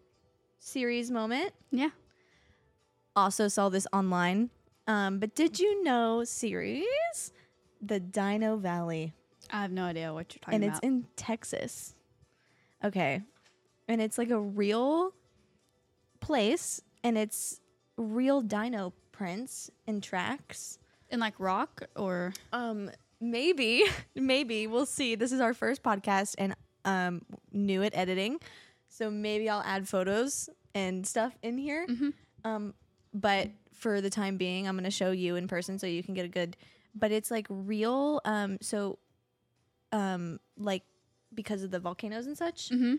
Speaker 1: series moment
Speaker 2: Yeah.
Speaker 1: also saw this online. Um, but did you know series the Dino Valley,
Speaker 2: I have no idea what you're talking
Speaker 1: and it's
Speaker 2: about.
Speaker 1: in Texas. Okay, and it's like a real place, and it's real dino prints and tracks.
Speaker 2: in like rock or
Speaker 1: Um, maybe, maybe we'll see. This is our first podcast, and um, new at editing, so maybe I'll add photos and stuff in here. Um, but for the time being, I'm gonna show you in person so you can get a good. But it's like real. Um, so, um, like because of the volcanoes and such.
Speaker 2: Mhm.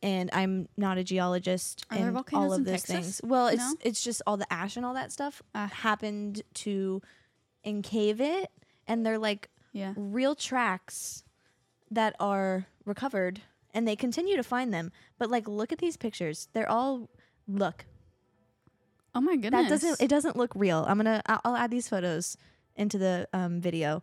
Speaker 1: And I'm not a geologist.
Speaker 2: Are there
Speaker 1: and all
Speaker 2: volcanoes
Speaker 1: of
Speaker 2: in
Speaker 1: those things.
Speaker 2: Texas?
Speaker 1: Well, it's
Speaker 2: No?
Speaker 1: it's just all the ash and all that stuff
Speaker 2: Ah.
Speaker 1: happened to encave it, and they're like
Speaker 2: yeah.
Speaker 1: real tracks that are recovered and they continue to find them but like look at these pictures they're all look
Speaker 2: Oh my goodness.
Speaker 1: that doesn't it doesn't look real i'm gonna i'll, I'll add these photos into the um, video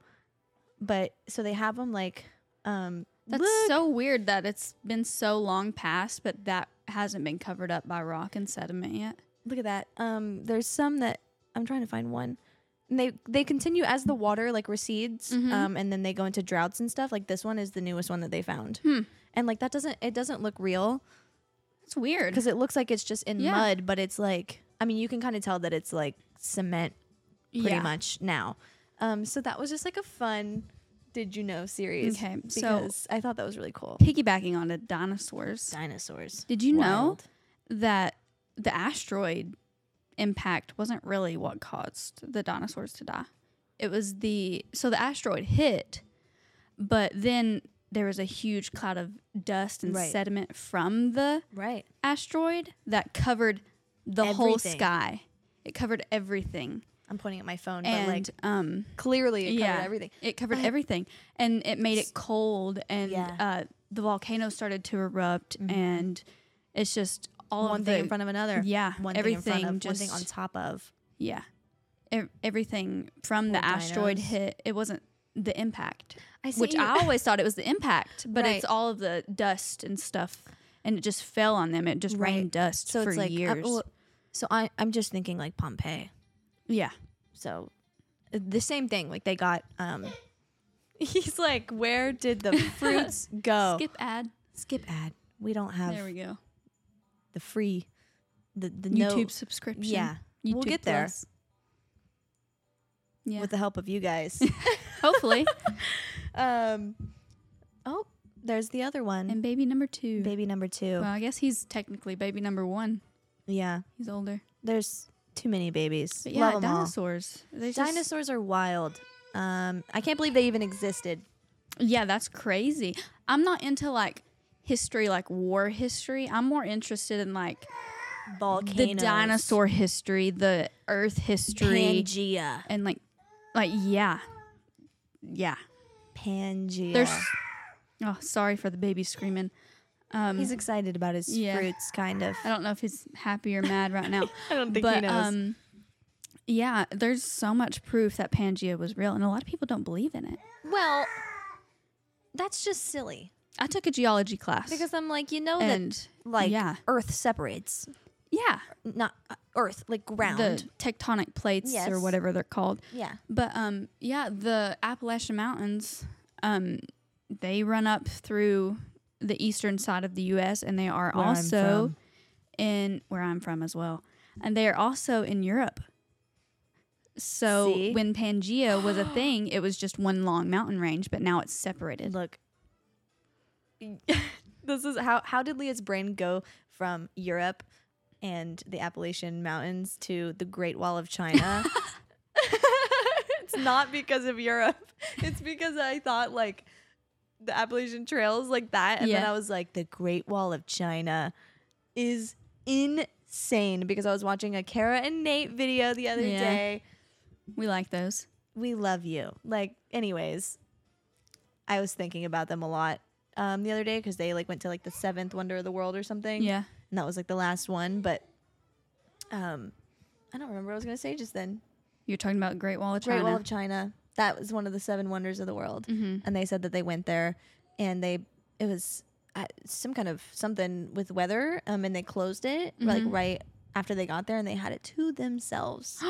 Speaker 1: but so they have them like um
Speaker 2: That's
Speaker 1: look,
Speaker 2: so weird that it's been so long past, but that hasn't been covered up by rock and sediment yet.
Speaker 1: look at that um there's some that i'm trying to find one and they they continue as the water like recedes
Speaker 2: Mhm.
Speaker 1: um and then they go into droughts and stuff like this one is the newest one that they found
Speaker 2: Hmm.
Speaker 1: and like that doesn't it doesn't look real
Speaker 2: It's weird.
Speaker 1: because it looks like it's just in
Speaker 2: Yeah.
Speaker 1: mud, but it's like I mean you can kind of tell that it's like cement pretty
Speaker 2: Yeah.
Speaker 1: much now. Um, so that was just like a fun did you know series.
Speaker 2: Okay, so-
Speaker 1: because I thought that was really cool.
Speaker 2: Piggybacking on the dinosaurs.
Speaker 1: Dinosaurs.
Speaker 2: Did you
Speaker 1: Wild.
Speaker 2: know that the asteroid impact wasn't really what caused the dinosaurs to die? It was the so the asteroid hit, but then there was a huge cloud of dust and
Speaker 1: Right.
Speaker 2: sediment from the
Speaker 1: Right.
Speaker 2: asteroid that covered the whole
Speaker 1: Everything.
Speaker 2: sky. It covered everything.
Speaker 1: I'm pointing at my phone,
Speaker 2: and
Speaker 1: but like
Speaker 2: um
Speaker 1: clearly it covered
Speaker 2: yeah,
Speaker 1: everything.
Speaker 2: It covered everything, and it made it cold, and
Speaker 1: Yeah.
Speaker 2: uh, the volcano started to erupt
Speaker 1: Mhm.
Speaker 2: and it's just all
Speaker 1: one
Speaker 2: of
Speaker 1: thing
Speaker 2: the,
Speaker 1: in front of another.
Speaker 2: yeah
Speaker 1: One thing in
Speaker 2: everything
Speaker 1: front of,
Speaker 2: just
Speaker 1: one thing on top of.
Speaker 2: yeah Ev- everything from the
Speaker 1: Little
Speaker 2: asteroid
Speaker 1: dinos.
Speaker 2: hit it wasn't the impact
Speaker 1: I
Speaker 2: which I always thought it was the impact but it's
Speaker 1: Right.
Speaker 2: all of the dust and stuff and it just fell on them it just rained
Speaker 1: Right.
Speaker 2: dust
Speaker 1: so
Speaker 2: for
Speaker 1: it's like I-
Speaker 2: years
Speaker 1: well, so I, I'm just thinking like Pompeii.
Speaker 2: yeah
Speaker 1: So uh, the same thing. Like they got. um He's like, where did the fruits go?
Speaker 2: skip ad
Speaker 1: Oh. Skip ad. We don't have
Speaker 2: there we go
Speaker 1: the free, the the no-
Speaker 2: YouTube subscription
Speaker 1: Yeah, we'll
Speaker 2: YouTube
Speaker 1: get there
Speaker 2: Plus. yeah
Speaker 1: with the help of you guys.
Speaker 2: hopefully
Speaker 1: um, oh, there's the other one,
Speaker 2: and baby number two
Speaker 1: baby number two.
Speaker 2: well I guess he's technically baby number one
Speaker 1: Yeah,
Speaker 2: he's older
Speaker 1: there's too many babies.
Speaker 2: but yeah
Speaker 1: Love 'em all.
Speaker 2: dinosaurs they just-
Speaker 1: Dinosaurs are wild. Um, I can't believe they even existed.
Speaker 2: Yeah, that's crazy. I'm not into like history, like war history. I'm more interested in like
Speaker 1: Volcanoes,
Speaker 2: the dinosaur history, the Earth history,
Speaker 1: Pangea,
Speaker 2: and like, like yeah, yeah.
Speaker 1: Pangea.
Speaker 2: There's. Oh, sorry for the baby screaming. Um,
Speaker 1: He's excited about his
Speaker 2: Yeah.
Speaker 1: fruits, kind of.
Speaker 2: I don't know if he's happy or mad right now,
Speaker 1: I don't
Speaker 2: but um, yeah. There's so much proof that Pangea was real, and a lot of people don't believe in it.
Speaker 1: well, that's just silly
Speaker 2: I took a geology class
Speaker 1: because I'm like, you know that
Speaker 2: and
Speaker 1: like
Speaker 2: yeah,
Speaker 1: Earth separates,
Speaker 2: yeah.
Speaker 1: not uh, Earth, like ground.
Speaker 2: the tectonic plates
Speaker 1: Yes.
Speaker 2: or whatever they're called.
Speaker 1: yeah,
Speaker 2: But um, yeah, the Appalachian Mountains, um, they run up through the eastern side of the U.S. and they are
Speaker 1: Where I'm
Speaker 2: also in where I'm from as well, and they are also in Europe. So
Speaker 1: See?
Speaker 2: when Pangea was a thing, it was just one long mountain range, but now it's separated.
Speaker 1: look. this is how how did Leah's brain go from Europe and the Appalachian Mountains to the Great Wall of China? it's not because of Europe. It's because I thought like the Appalachian trails like that and then
Speaker 2: Yeah.
Speaker 1: I was like the Great Wall of China is insane because I was watching a Kara and Nate video the other
Speaker 2: Yeah.
Speaker 1: day.
Speaker 2: We like those.
Speaker 1: we love you. Like, anyways, I was thinking about them a lot um, the other day because they like went to like the seventh wonder of the world or something.
Speaker 2: Yeah,
Speaker 1: and that was like the last one. But um, I don't remember what I was gonna say just then.
Speaker 2: you're talking about Great Wall of China.
Speaker 1: Great Wall of China. That was one of the seven wonders of the world,
Speaker 2: Mhm.
Speaker 1: and they said that they went there, and they it was uh, some kind of something with weather, um, and they closed it like
Speaker 2: Mhm.
Speaker 1: right after they got there, and they had it to themselves.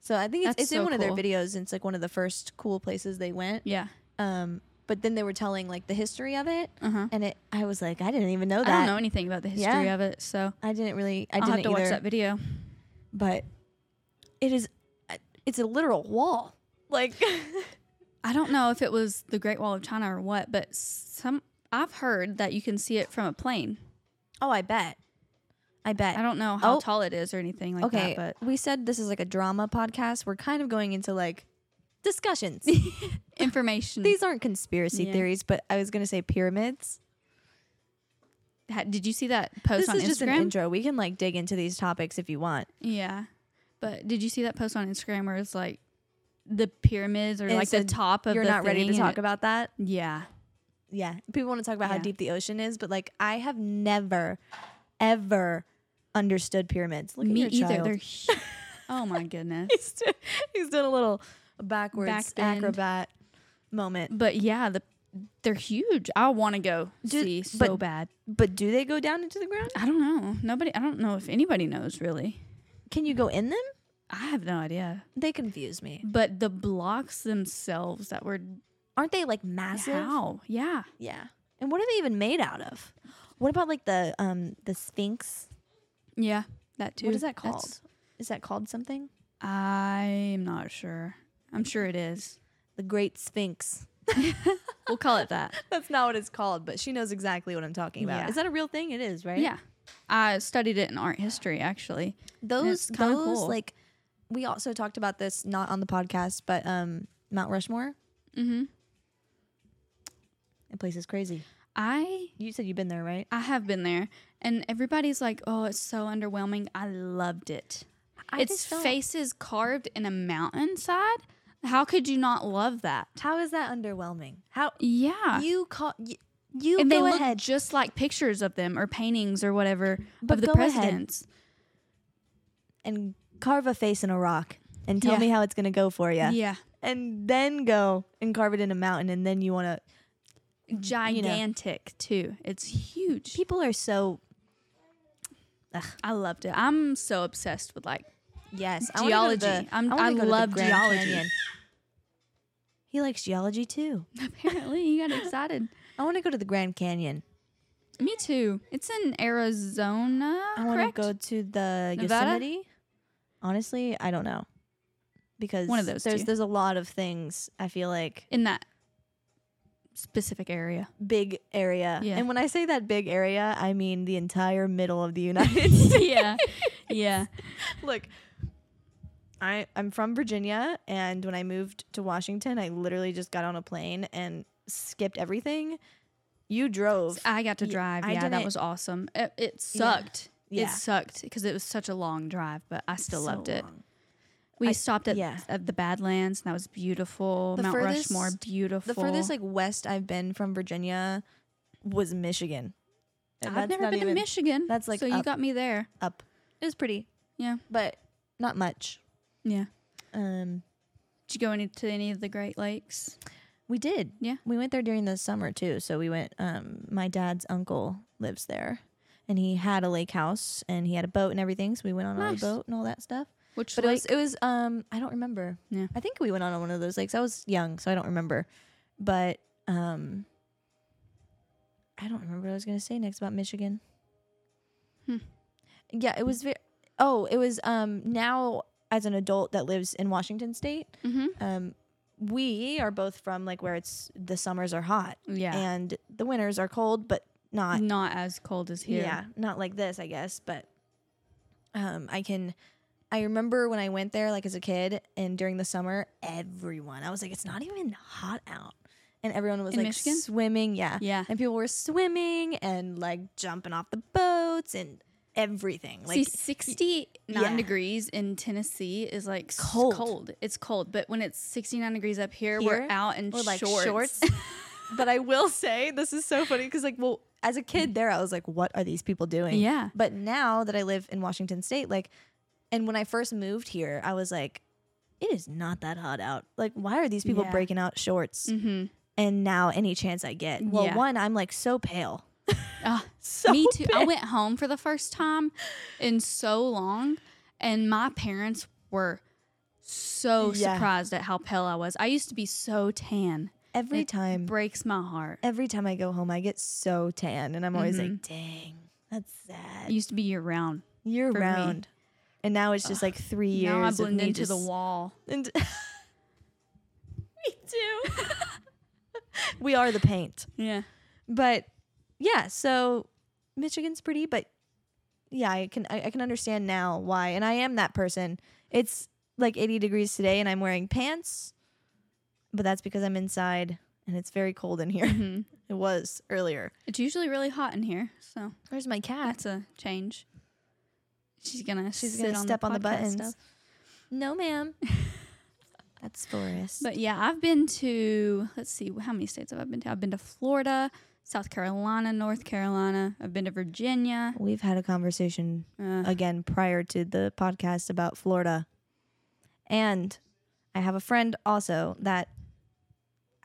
Speaker 1: So I think it's,
Speaker 2: That's
Speaker 1: it's in
Speaker 2: so
Speaker 1: one of their
Speaker 2: cool.
Speaker 1: videos. And it's like one of the first cool places they went.
Speaker 2: yeah.
Speaker 1: Um, but then they were telling like the history of it,
Speaker 2: Uh huh.
Speaker 1: and it I was like, I didn't even know
Speaker 2: I
Speaker 1: that.
Speaker 2: don't know anything about the history
Speaker 1: Yeah.
Speaker 2: of it, so
Speaker 1: I didn't really. I
Speaker 2: I'll
Speaker 1: didn't
Speaker 2: have to
Speaker 1: either.
Speaker 2: watch that video.
Speaker 1: But it is, uh, it's a literal wall. Like
Speaker 2: I don't know if it was the Great Wall of China or what, but some I've heard that you can see it from a plane.
Speaker 1: Oh, I bet. I bet.
Speaker 2: I don't know how
Speaker 1: Oh.
Speaker 2: tall it is or anything like
Speaker 1: okay,
Speaker 2: that,
Speaker 1: we said this is like a drama podcast. We're kind of going into like discussions.
Speaker 2: but information.
Speaker 1: These aren't conspiracy
Speaker 2: Yeah.
Speaker 1: theories, but I was going to say pyramids.
Speaker 2: Ha- Did you see that post
Speaker 1: this
Speaker 2: on
Speaker 1: is
Speaker 2: Instagram?
Speaker 1: just an intro. We can like dig into these topics if you want.
Speaker 2: yeah, but did you see that post on Instagram where it's like the pyramids or
Speaker 1: And it
Speaker 2: like the
Speaker 1: said,
Speaker 2: top of
Speaker 1: You're
Speaker 2: the
Speaker 1: not ready to
Speaker 2: thing and
Speaker 1: talk
Speaker 2: it-
Speaker 1: about that.
Speaker 2: Yeah,
Speaker 1: Yeah. People want to talk about how
Speaker 2: Yeah.
Speaker 1: deep the ocean is, but like I have never, ever understood pyramids. Look
Speaker 2: me
Speaker 1: at your
Speaker 2: either.
Speaker 1: child.
Speaker 2: They're hu- oh my goodness.
Speaker 1: he's, do- he's doing a little backwards
Speaker 2: Back bend.
Speaker 1: acrobat moment.
Speaker 2: But yeah, the they're huge. I want to go
Speaker 1: Do-
Speaker 2: see
Speaker 1: but-
Speaker 2: so bad.
Speaker 1: But do they go down into the ground?
Speaker 2: I don't know. Nobody. I don't know if anybody knows really.
Speaker 1: Can you go in them?
Speaker 2: I have no idea.
Speaker 1: They confuse me.
Speaker 2: But the blocks themselves that were
Speaker 1: Aren't they like massive?
Speaker 2: how? Yeah.
Speaker 1: Yeah. And what are they even made out of? What about like the um the Sphinx?
Speaker 2: Yeah. That too.
Speaker 1: what is that
Speaker 2: That's-
Speaker 1: called? Is that called something?
Speaker 2: I'm not sure. I'm sure it is.
Speaker 1: The Great Sphinx.
Speaker 2: We'll call it that.
Speaker 1: That's not what it's called, but she knows exactly what I'm talking about.
Speaker 2: Yeah.
Speaker 1: Is that a real thing? It is, right?
Speaker 2: Yeah. I studied it in art history actually.
Speaker 1: those
Speaker 2: it's kinda
Speaker 1: those
Speaker 2: cool.
Speaker 1: like we also talked about this not on the podcast but um mount rushmore
Speaker 2: Mm-hmm.
Speaker 1: that place is crazy
Speaker 2: I
Speaker 1: you said you've been there right
Speaker 2: I have been there and everybody's like, "Oh, it's so underwhelming." I loved it. it's faces carved in a mountainside. How could you not love that?
Speaker 1: how is that underwhelming how
Speaker 2: Yeah.
Speaker 1: you call y- You
Speaker 2: and they
Speaker 1: go
Speaker 2: look
Speaker 1: ahead.
Speaker 2: just like pictures of them or paintings or whatever
Speaker 1: But
Speaker 2: of the
Speaker 1: go ahead.
Speaker 2: presidents.
Speaker 1: and carve a face in a rock and tell
Speaker 2: Yeah.
Speaker 1: me how it's going to go for you.
Speaker 2: Yeah.
Speaker 1: And then go and carve it in a mountain and then you want to
Speaker 2: Gigantic too. It's huge.
Speaker 1: People are so
Speaker 2: I loved it. I'm so obsessed with like
Speaker 1: yes, I wanna go to
Speaker 2: geology.
Speaker 1: the-
Speaker 2: I'm,
Speaker 1: I
Speaker 2: I,
Speaker 1: wanna go to the
Speaker 2: love
Speaker 1: Grand
Speaker 2: geology.
Speaker 1: Canyon. He likes geology too.
Speaker 2: Apparently, you got excited.
Speaker 1: I want to go to the Grand Canyon.
Speaker 2: Me too. It's in Arizona.
Speaker 1: I want to
Speaker 2: correct?
Speaker 1: go to the
Speaker 2: Nevada?
Speaker 1: Yosemite. Honestly, I don't know. Because
Speaker 2: One of those
Speaker 1: there's
Speaker 2: two.
Speaker 1: there's a lot of things I feel like
Speaker 2: in that specific area.
Speaker 1: big area.
Speaker 2: Yeah.
Speaker 1: And when I say that big area, I mean the entire middle of the United States.
Speaker 2: yeah, yeah.
Speaker 1: Look, I I'm from Virginia, and when I moved to Washington, I literally just got on a plane and skipped everything. You drove.
Speaker 2: I got to
Speaker 1: Yeah,
Speaker 2: drive.
Speaker 1: I
Speaker 2: yeah, that
Speaker 1: didn't-
Speaker 2: was awesome. It, it
Speaker 1: Yeah.
Speaker 2: sucked.
Speaker 1: Yeah.
Speaker 2: It sucked because it was such a long drive, but I still
Speaker 1: So
Speaker 2: loved it.
Speaker 1: long.
Speaker 2: We
Speaker 1: I-
Speaker 2: stopped at,
Speaker 1: yeah.
Speaker 2: at the Badlands, and that was beautiful.
Speaker 1: The
Speaker 2: Mount
Speaker 1: furthest-
Speaker 2: Rushmore,
Speaker 1: the
Speaker 2: beautiful.
Speaker 1: The furthest like west I've been from Virginia was Michigan. And
Speaker 2: I've
Speaker 1: that's
Speaker 2: never
Speaker 1: not
Speaker 2: been to
Speaker 1: even
Speaker 2: Michigan.
Speaker 1: that's, like,
Speaker 2: so you
Speaker 1: up.
Speaker 2: got me there.
Speaker 1: Up. It was pretty,
Speaker 2: Yeah,
Speaker 1: but not much.
Speaker 2: yeah.
Speaker 1: Um,
Speaker 2: Did you go any to any of the Great Lakes?
Speaker 1: we did.
Speaker 2: Yeah.
Speaker 1: we went there during the summer too. So we went. Um, my dad's uncle lives there, and he had a lake house and he had a boat and everything. So we went on
Speaker 2: Nice.
Speaker 1: our boat and all that stuff.
Speaker 2: Which
Speaker 1: But
Speaker 2: lake?
Speaker 1: it was it was um I don't remember.
Speaker 2: Yeah.
Speaker 1: I think we went on one of those lakes. I was young, so I don't remember. But um I don't remember what I was gonna say next about Michigan.
Speaker 2: Hmm.
Speaker 1: Yeah, it was very oh, it was um now as an adult that lives in Washington State,
Speaker 2: mm-hmm.
Speaker 1: um, we are both from like where it's the summers are hot
Speaker 2: yeah,
Speaker 1: and the winters are cold, but not
Speaker 2: not as cold as here.
Speaker 1: yeah, not like this, I guess, but um I can I remember when I went there like as a kid and during the summer, everyone. I was like it's not even hot out. And everyone was
Speaker 2: In
Speaker 1: like
Speaker 2: Michigan?
Speaker 1: swimming, yeah.
Speaker 2: yeah.
Speaker 1: And people were swimming and like jumping off the boats and everything. Like
Speaker 2: See, 69
Speaker 1: yeah.
Speaker 2: degrees in Tennessee is like s-
Speaker 1: Cold.
Speaker 2: cold. It's cold, but when it's 69 degrees up here,
Speaker 1: Here,
Speaker 2: we're out in
Speaker 1: we're, like,
Speaker 2: shorts.
Speaker 1: shorts. but I will say this is so funny cuz like well as a kid there I was like what are these people doing?
Speaker 2: yeah.
Speaker 1: But now that I live in Washington State, like, and when I first moved here, I was like, it is not that hot out. Like, why are these people
Speaker 2: Yeah.
Speaker 1: breaking out shorts?
Speaker 2: Mm-hmm.
Speaker 1: And now, any chance I get, well,
Speaker 2: Yeah.
Speaker 1: one, I'm like so pale. So
Speaker 2: Ah, me too. I
Speaker 1: pale.
Speaker 2: went home for the first time in so long, and my parents were so
Speaker 1: Yeah.
Speaker 2: surprised at how pale I was. I used to be so tan.
Speaker 1: Every
Speaker 2: It
Speaker 1: time,
Speaker 2: breaks my heart.
Speaker 1: every time I go home, I get so tan, and I'm always like,
Speaker 2: Mm-hmm.
Speaker 1: dang, that's
Speaker 2: It
Speaker 1: sad.
Speaker 2: used to be year round.
Speaker 1: Year
Speaker 2: for me.
Speaker 1: round. And now it's just like three years.
Speaker 2: now I
Speaker 1: of
Speaker 2: blend
Speaker 1: me
Speaker 2: into the
Speaker 1: just-
Speaker 2: wall.
Speaker 1: And me too. we are the paint.
Speaker 2: Yeah.
Speaker 1: but yeah so michigan's pretty but yeah i can I, I can understand now why and i am that person it's like 80 degrees today and i'm wearing pants but that's because i'm inside and it's very cold in here
Speaker 2: Mhm.
Speaker 1: it was earlier
Speaker 2: It's usually really hot in here, so
Speaker 1: where's my cat
Speaker 2: That's a change. She's gonna
Speaker 1: She's
Speaker 2: sit
Speaker 1: gonna
Speaker 2: on
Speaker 1: step
Speaker 2: the
Speaker 1: on the
Speaker 2: podcast
Speaker 1: buttons.
Speaker 2: stuff.
Speaker 1: no ma'am that's forest
Speaker 2: But yeah, I've been to let's see how many states have I been to? I've been to Florida, South Carolina, North Carolina. I've been to Virginia.
Speaker 1: we've had a conversation
Speaker 2: Uh,
Speaker 1: again prior to the podcast about Florida. And I have a friend also that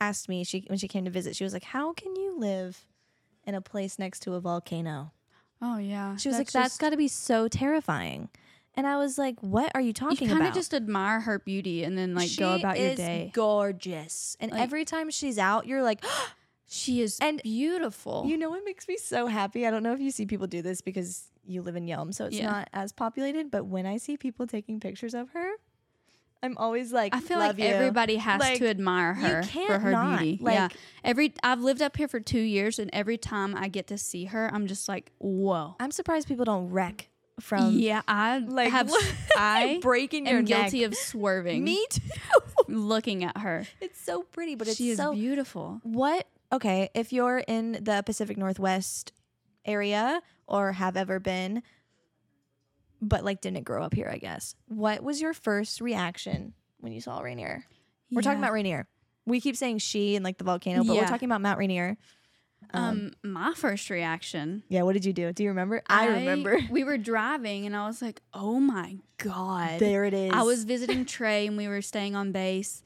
Speaker 1: asked me she when she came to visit, she was like, "How can you live in a place next to a volcano?"
Speaker 2: oh yeah,
Speaker 1: She was like, "That's
Speaker 2: just-
Speaker 1: got to be so terrifying." And I was like, "What are you talking
Speaker 2: You kind
Speaker 1: about?"
Speaker 2: of just admire her beauty and then like go
Speaker 1: She
Speaker 2: about your
Speaker 1: is
Speaker 2: day.
Speaker 1: Gorgeous. And
Speaker 2: Like-
Speaker 1: every time she's out, you're like,
Speaker 2: she is
Speaker 1: and
Speaker 2: beautiful.
Speaker 1: You know what makes me so happy? I don't know if you see people do this because you live in Yelm, so it's
Speaker 2: Yeah.
Speaker 1: not as populated. But when I see people taking pictures of her, I'm always like,
Speaker 2: I feel
Speaker 1: Love
Speaker 2: like
Speaker 1: you.
Speaker 2: everybody has
Speaker 1: Like,
Speaker 2: to admire
Speaker 1: you
Speaker 2: her for
Speaker 1: can't
Speaker 2: her
Speaker 1: not.
Speaker 2: beauty. yeah,
Speaker 1: Like-
Speaker 2: every I've lived up here for two years, and every time I get to see her, I'm just like, whoa.
Speaker 1: I'm surprised people don't wreck from
Speaker 2: yeah, I
Speaker 1: like
Speaker 2: have.
Speaker 1: what-
Speaker 2: I
Speaker 1: breaking your
Speaker 2: am guilty
Speaker 1: neck.
Speaker 2: of swerving.
Speaker 1: Me too.
Speaker 2: looking at her.
Speaker 1: it's so pretty, but it's
Speaker 2: she is
Speaker 1: so
Speaker 2: beautiful.
Speaker 1: what? Okay, if you're in the Pacific Northwest area or have ever been, but like didn't grow up here, I guess. What was your first reaction when you saw Rainier? We're talking
Speaker 2: Yeah.
Speaker 1: about Rainier. We keep saying she and like the volcano, but
Speaker 2: Yeah.
Speaker 1: we're talking about Mount Rainier. Um,
Speaker 2: Um, my first reaction.
Speaker 1: yeah, what did you do? Do you remember? I, remember.
Speaker 2: We were driving, and I was like, "Oh my god!"
Speaker 1: There it is.
Speaker 2: I was visiting Trey, and we were staying on base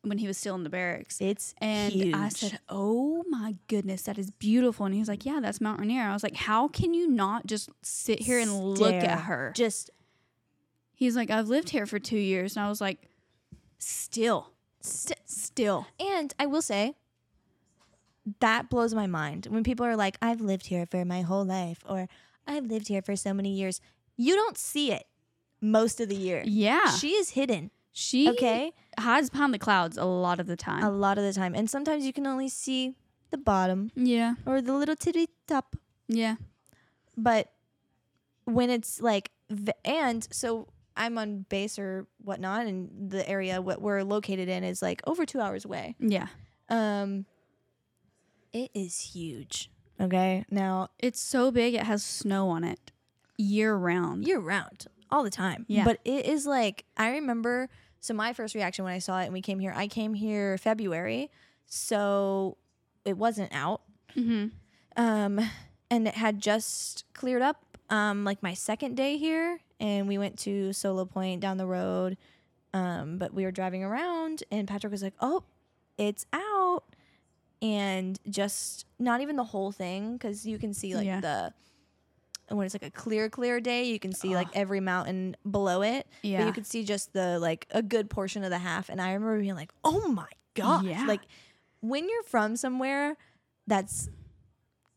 Speaker 2: when he was still in the barracks.
Speaker 1: It's
Speaker 2: And
Speaker 1: huge.
Speaker 2: I said, "Oh my goodness, that is beautiful." And he was like, "Yeah, that's Mount Rainier." I was like, "How can you not just sit here and look
Speaker 1: Stare.
Speaker 2: at her?"
Speaker 1: Just
Speaker 2: He's like, "I've lived here for two years," and I was like, "Still, st- still."
Speaker 1: and I will say that blows my mind when people are like, "I've lived here for my whole life," or "I've lived here for so many years." You don't see it most of the year.
Speaker 2: Yeah,
Speaker 1: She is hidden.
Speaker 2: she
Speaker 1: Okay,
Speaker 2: hides behind the clouds a lot of the
Speaker 1: a
Speaker 2: time.
Speaker 1: lot of the time, and sometimes you can only see the bottom
Speaker 2: yeah,
Speaker 1: or the little titty top
Speaker 2: yeah.
Speaker 1: but when it's like v- and so i'm on base or whatnot and the area what we're located in is like over two hours away
Speaker 2: Yeah.
Speaker 1: um it is huge okay now
Speaker 2: It's so big it has snow on it year round.
Speaker 1: year round all the time
Speaker 2: Yeah.
Speaker 1: but it is like i remember so my first reaction when i saw it and we came here i came here february so it wasn't out
Speaker 2: Mm-hmm.
Speaker 1: um, and it had just cleared up um, like my second day here and we went to solo point down the road um, but we were driving around and patrick was like oh it's out and just not even the whole thing because you can see like
Speaker 2: Yeah.
Speaker 1: the when it's like a clear clear day you can see like
Speaker 2: Ugh.
Speaker 1: every mountain below it but
Speaker 2: Yeah.
Speaker 1: you could see just the like a good portion of the half. And I remember being like, oh my gosh.
Speaker 2: Yeah.
Speaker 1: Like when you're from somewhere that's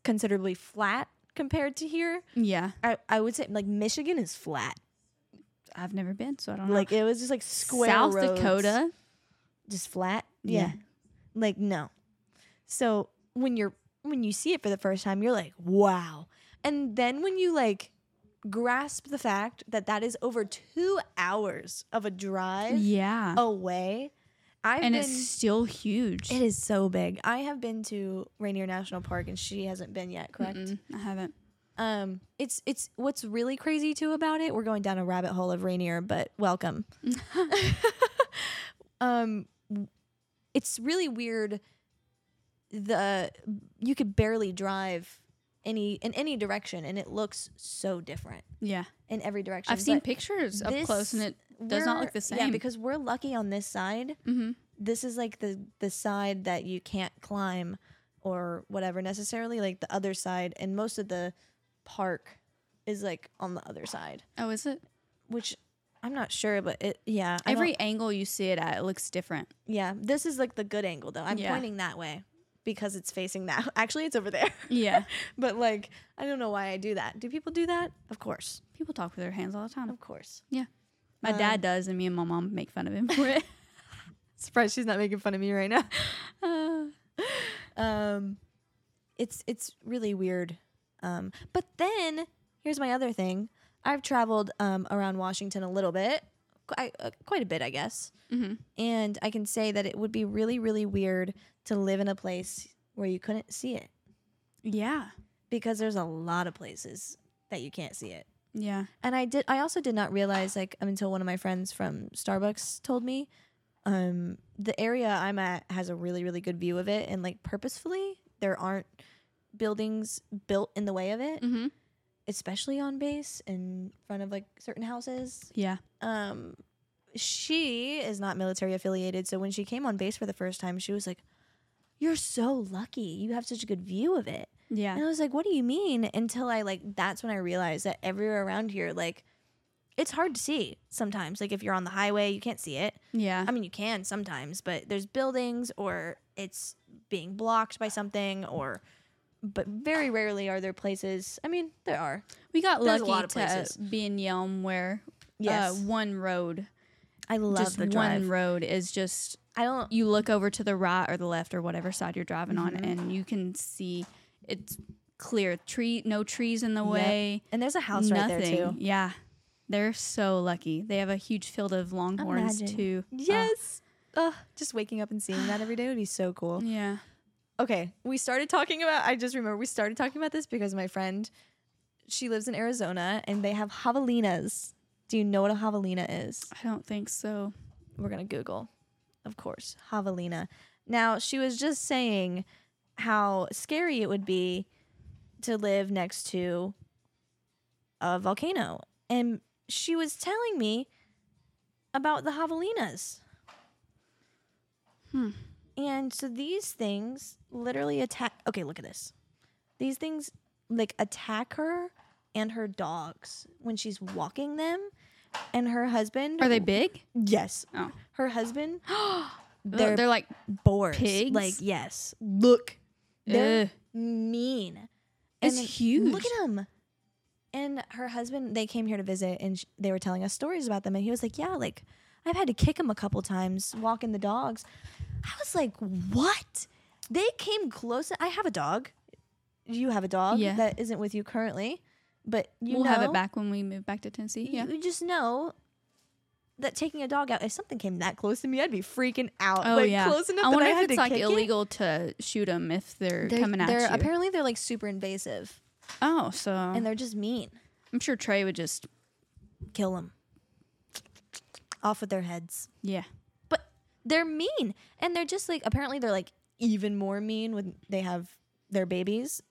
Speaker 1: considerably flat compared to here,
Speaker 2: yeah.
Speaker 1: I, I would say like Michigan is flat.
Speaker 2: I've never been, so I don't know.
Speaker 1: Like it was just like square.
Speaker 2: South
Speaker 1: roads,
Speaker 2: Dakota.
Speaker 1: Just flat. Yeah. Like no. So when you're when you see it for the first time, you're like, wow. And then when you like grasp the fact that that is over two hours of a drive
Speaker 2: Yeah.
Speaker 1: away. I've
Speaker 2: and
Speaker 1: been,
Speaker 2: it's still huge.
Speaker 1: it is so big. I have been to Rainier National Park and she hasn't been yet, correct?
Speaker 2: Mm-mm, I haven't.
Speaker 1: Um it's it's what's really crazy too about it. We're going down a rabbit hole of Rainier, but welcome. um it's really weird the you could barely drive any in any direction and it looks so different
Speaker 2: Yeah.
Speaker 1: in every direction.
Speaker 2: I've seen
Speaker 1: but
Speaker 2: pictures up
Speaker 1: this
Speaker 2: close and it does not look the
Speaker 1: we're-
Speaker 2: same.
Speaker 1: Yeah, because we're lucky on this side
Speaker 2: hmm
Speaker 1: this is like the the side that you can't climb or whatever necessarily like the other side and most of the park is like on the other side
Speaker 2: Oh, is it?
Speaker 1: which i'm not sure but it yeah I
Speaker 2: Every
Speaker 1: don't-
Speaker 2: angle you see it at, it looks different.
Speaker 1: yeah this is like the good angle though i'm
Speaker 2: Yeah.
Speaker 1: pointing that way because it's facing that actually it's over there
Speaker 2: Yeah.
Speaker 1: but like i don't know why i do that do people do that of course
Speaker 2: People talk with their hands all the time.
Speaker 1: of course
Speaker 2: My dad does, and me and my mom make fun of him for it.
Speaker 1: surprised she's not making fun of me right now
Speaker 2: Uh,
Speaker 1: um it's it's really weird um but then here's my other thing i've traveled um around washington a little bit quite, uh, quite a bit i guess
Speaker 2: mhm.
Speaker 1: and i can say that it would be really really weird to live in a place where you couldn't see it
Speaker 2: Yeah.
Speaker 1: because there's a lot of places that you can't see it
Speaker 2: Yeah.
Speaker 1: and i did i also did not realize like until one of my friends from starbucks told me um the area i'm at has a really really good view of it and like purposefully there aren't buildings built in the way of it
Speaker 2: Mm-hmm.
Speaker 1: especially on base in front of like certain houses
Speaker 2: Yeah.
Speaker 1: um she is not military affiliated so when she came on base for the first time she was like you're so lucky you have such a good view of it
Speaker 2: Yeah.
Speaker 1: and I was like, what do you mean? Until I like, that's when I realized that everywhere around here, like, it's hard to see sometimes. Like, if you're on the highway, you can't see it.
Speaker 2: Yeah.
Speaker 1: I mean, you can sometimes, but there's buildings or it's being blocked by something or, but very rarely are there places. I mean, there are.
Speaker 2: We got
Speaker 1: There's a
Speaker 2: lucky
Speaker 1: lot of
Speaker 2: to
Speaker 1: places.
Speaker 2: be in Yelm where uh, one road,
Speaker 1: I love
Speaker 2: just
Speaker 1: the
Speaker 2: one
Speaker 1: drive.
Speaker 2: road is just
Speaker 1: I don't,
Speaker 2: you look over to the right or the left or whatever side you're driving on,
Speaker 1: Mhm.
Speaker 2: and you can see it's clear tree, no trees in the
Speaker 1: Yep.
Speaker 2: way,
Speaker 1: and there's a house
Speaker 2: nothing.
Speaker 1: right there too.
Speaker 2: Yeah, they're so lucky. They have a huge field of longhorns
Speaker 1: Imagine.
Speaker 2: too. Uh,
Speaker 1: Yes. Ugh, just waking up and seeing that every day would be so cool.
Speaker 2: Uh, yeah.
Speaker 1: okay we started talking about i just remember we started talking about this because my friend she lives in arizona and they have javelinas do you know what a javelina is
Speaker 2: I don't think so.
Speaker 1: we're gonna google of course javelina now she was just saying how scary it would be to live next to a volcano. And she was telling me about the javelinas.
Speaker 2: Hmm.
Speaker 1: And so these things literally attack. Okay, look at this. These things like attack her and her dogs when she's walking them. And her husband.
Speaker 2: Are they big?
Speaker 1: Yes.
Speaker 2: Oh.
Speaker 1: Her husband.
Speaker 2: They're,
Speaker 1: They're-
Speaker 2: they're like,
Speaker 1: boars.
Speaker 2: Pigs?
Speaker 1: Like, yes. Look. They're
Speaker 2: Ugh.
Speaker 1: mean.
Speaker 2: It's
Speaker 1: then-
Speaker 2: huge.
Speaker 1: Look at them. And her husband, they came here to visit and sh- they were telling us stories about them. And he was like, Yeah, like I've had to kick them a couple times walking the dogs. I was like, What? They came close. I have a dog. You have a dog
Speaker 2: Yeah.
Speaker 1: that isn't with you currently, but you
Speaker 2: we'll have it
Speaker 1: know-
Speaker 2: back when we move back to Tennessee. Yeah.
Speaker 1: You just know that taking a dog out, if something came that close to me, I'd be freaking out.
Speaker 2: Oh
Speaker 1: like,
Speaker 2: yeah.
Speaker 1: Close enough
Speaker 2: I
Speaker 1: that
Speaker 2: wonder
Speaker 1: I
Speaker 2: if
Speaker 1: had
Speaker 2: it's
Speaker 1: to
Speaker 2: like
Speaker 1: kick it.
Speaker 2: illegal to shoot them if they're, coming at
Speaker 1: they're,
Speaker 2: you.
Speaker 1: Apparently, they're like super invasive
Speaker 2: oh, so
Speaker 1: and they're just mean.
Speaker 2: I'm sure Trey would just
Speaker 1: Kill them. Off with their heads.
Speaker 2: yeah.
Speaker 1: But they're mean. And they're just like, apparently, they're like even more mean when they have their babies,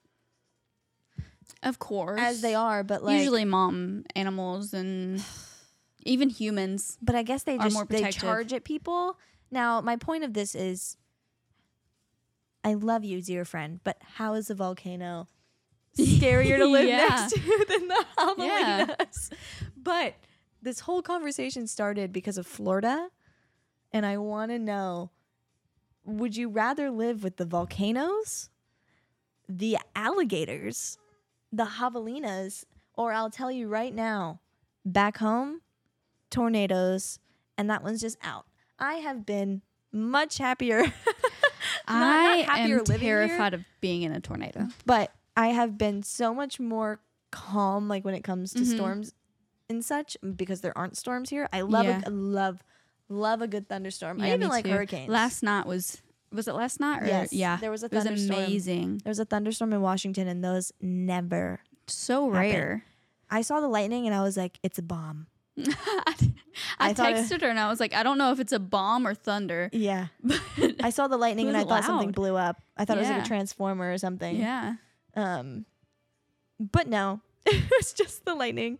Speaker 2: Of course,
Speaker 1: as they are. But like,
Speaker 2: usually mom animals and even humans.
Speaker 1: but I guess they
Speaker 2: are
Speaker 1: just
Speaker 2: more
Speaker 1: they
Speaker 2: protective.
Speaker 1: charge at people. Now, my point of this is I love you, dear friend, but how is a volcano scarier to live
Speaker 2: Yeah.
Speaker 1: next to than the
Speaker 2: Yeah.
Speaker 1: javelinas? But this whole conversation started because of Florida, and I want to know would you rather live with the volcanoes, the alligators, the javelinas, or I'll tell you right now, back home, tornadoes, and that one's just out. I have been much happier,
Speaker 2: I
Speaker 1: not happier
Speaker 2: am
Speaker 1: living here.
Speaker 2: terrified of being in a tornado.
Speaker 1: but I have been so much more calm, like when it comes to
Speaker 2: Mhm.
Speaker 1: storms and such, because there aren't storms here. I love,
Speaker 2: Yeah.
Speaker 1: a, love, love a good thunderstorm. I
Speaker 2: Yeah, me
Speaker 1: even like
Speaker 2: too.
Speaker 1: hurricanes.
Speaker 2: Last night was was it last night? Or,
Speaker 1: Yes,
Speaker 2: Yeah.
Speaker 1: there was a
Speaker 2: it was
Speaker 1: thunderstorm.
Speaker 2: amazing.
Speaker 1: there was a thunderstorm in Washington, and those never.
Speaker 2: So
Speaker 1: Happened.
Speaker 2: rare.
Speaker 1: I saw the lightning, and I was like, "It's a bomb."
Speaker 2: I,
Speaker 1: I thought it-
Speaker 2: texted her and I was like, I don't know if it's a bomb or thunder.
Speaker 1: Yeah,
Speaker 2: But
Speaker 1: I saw the lightning, and I
Speaker 2: was
Speaker 1: thought something
Speaker 2: loud.
Speaker 1: blew up. I thought it was like
Speaker 2: Yeah.
Speaker 1: a transformer or something.
Speaker 2: yeah.
Speaker 1: Um, but no, it was just the lightning.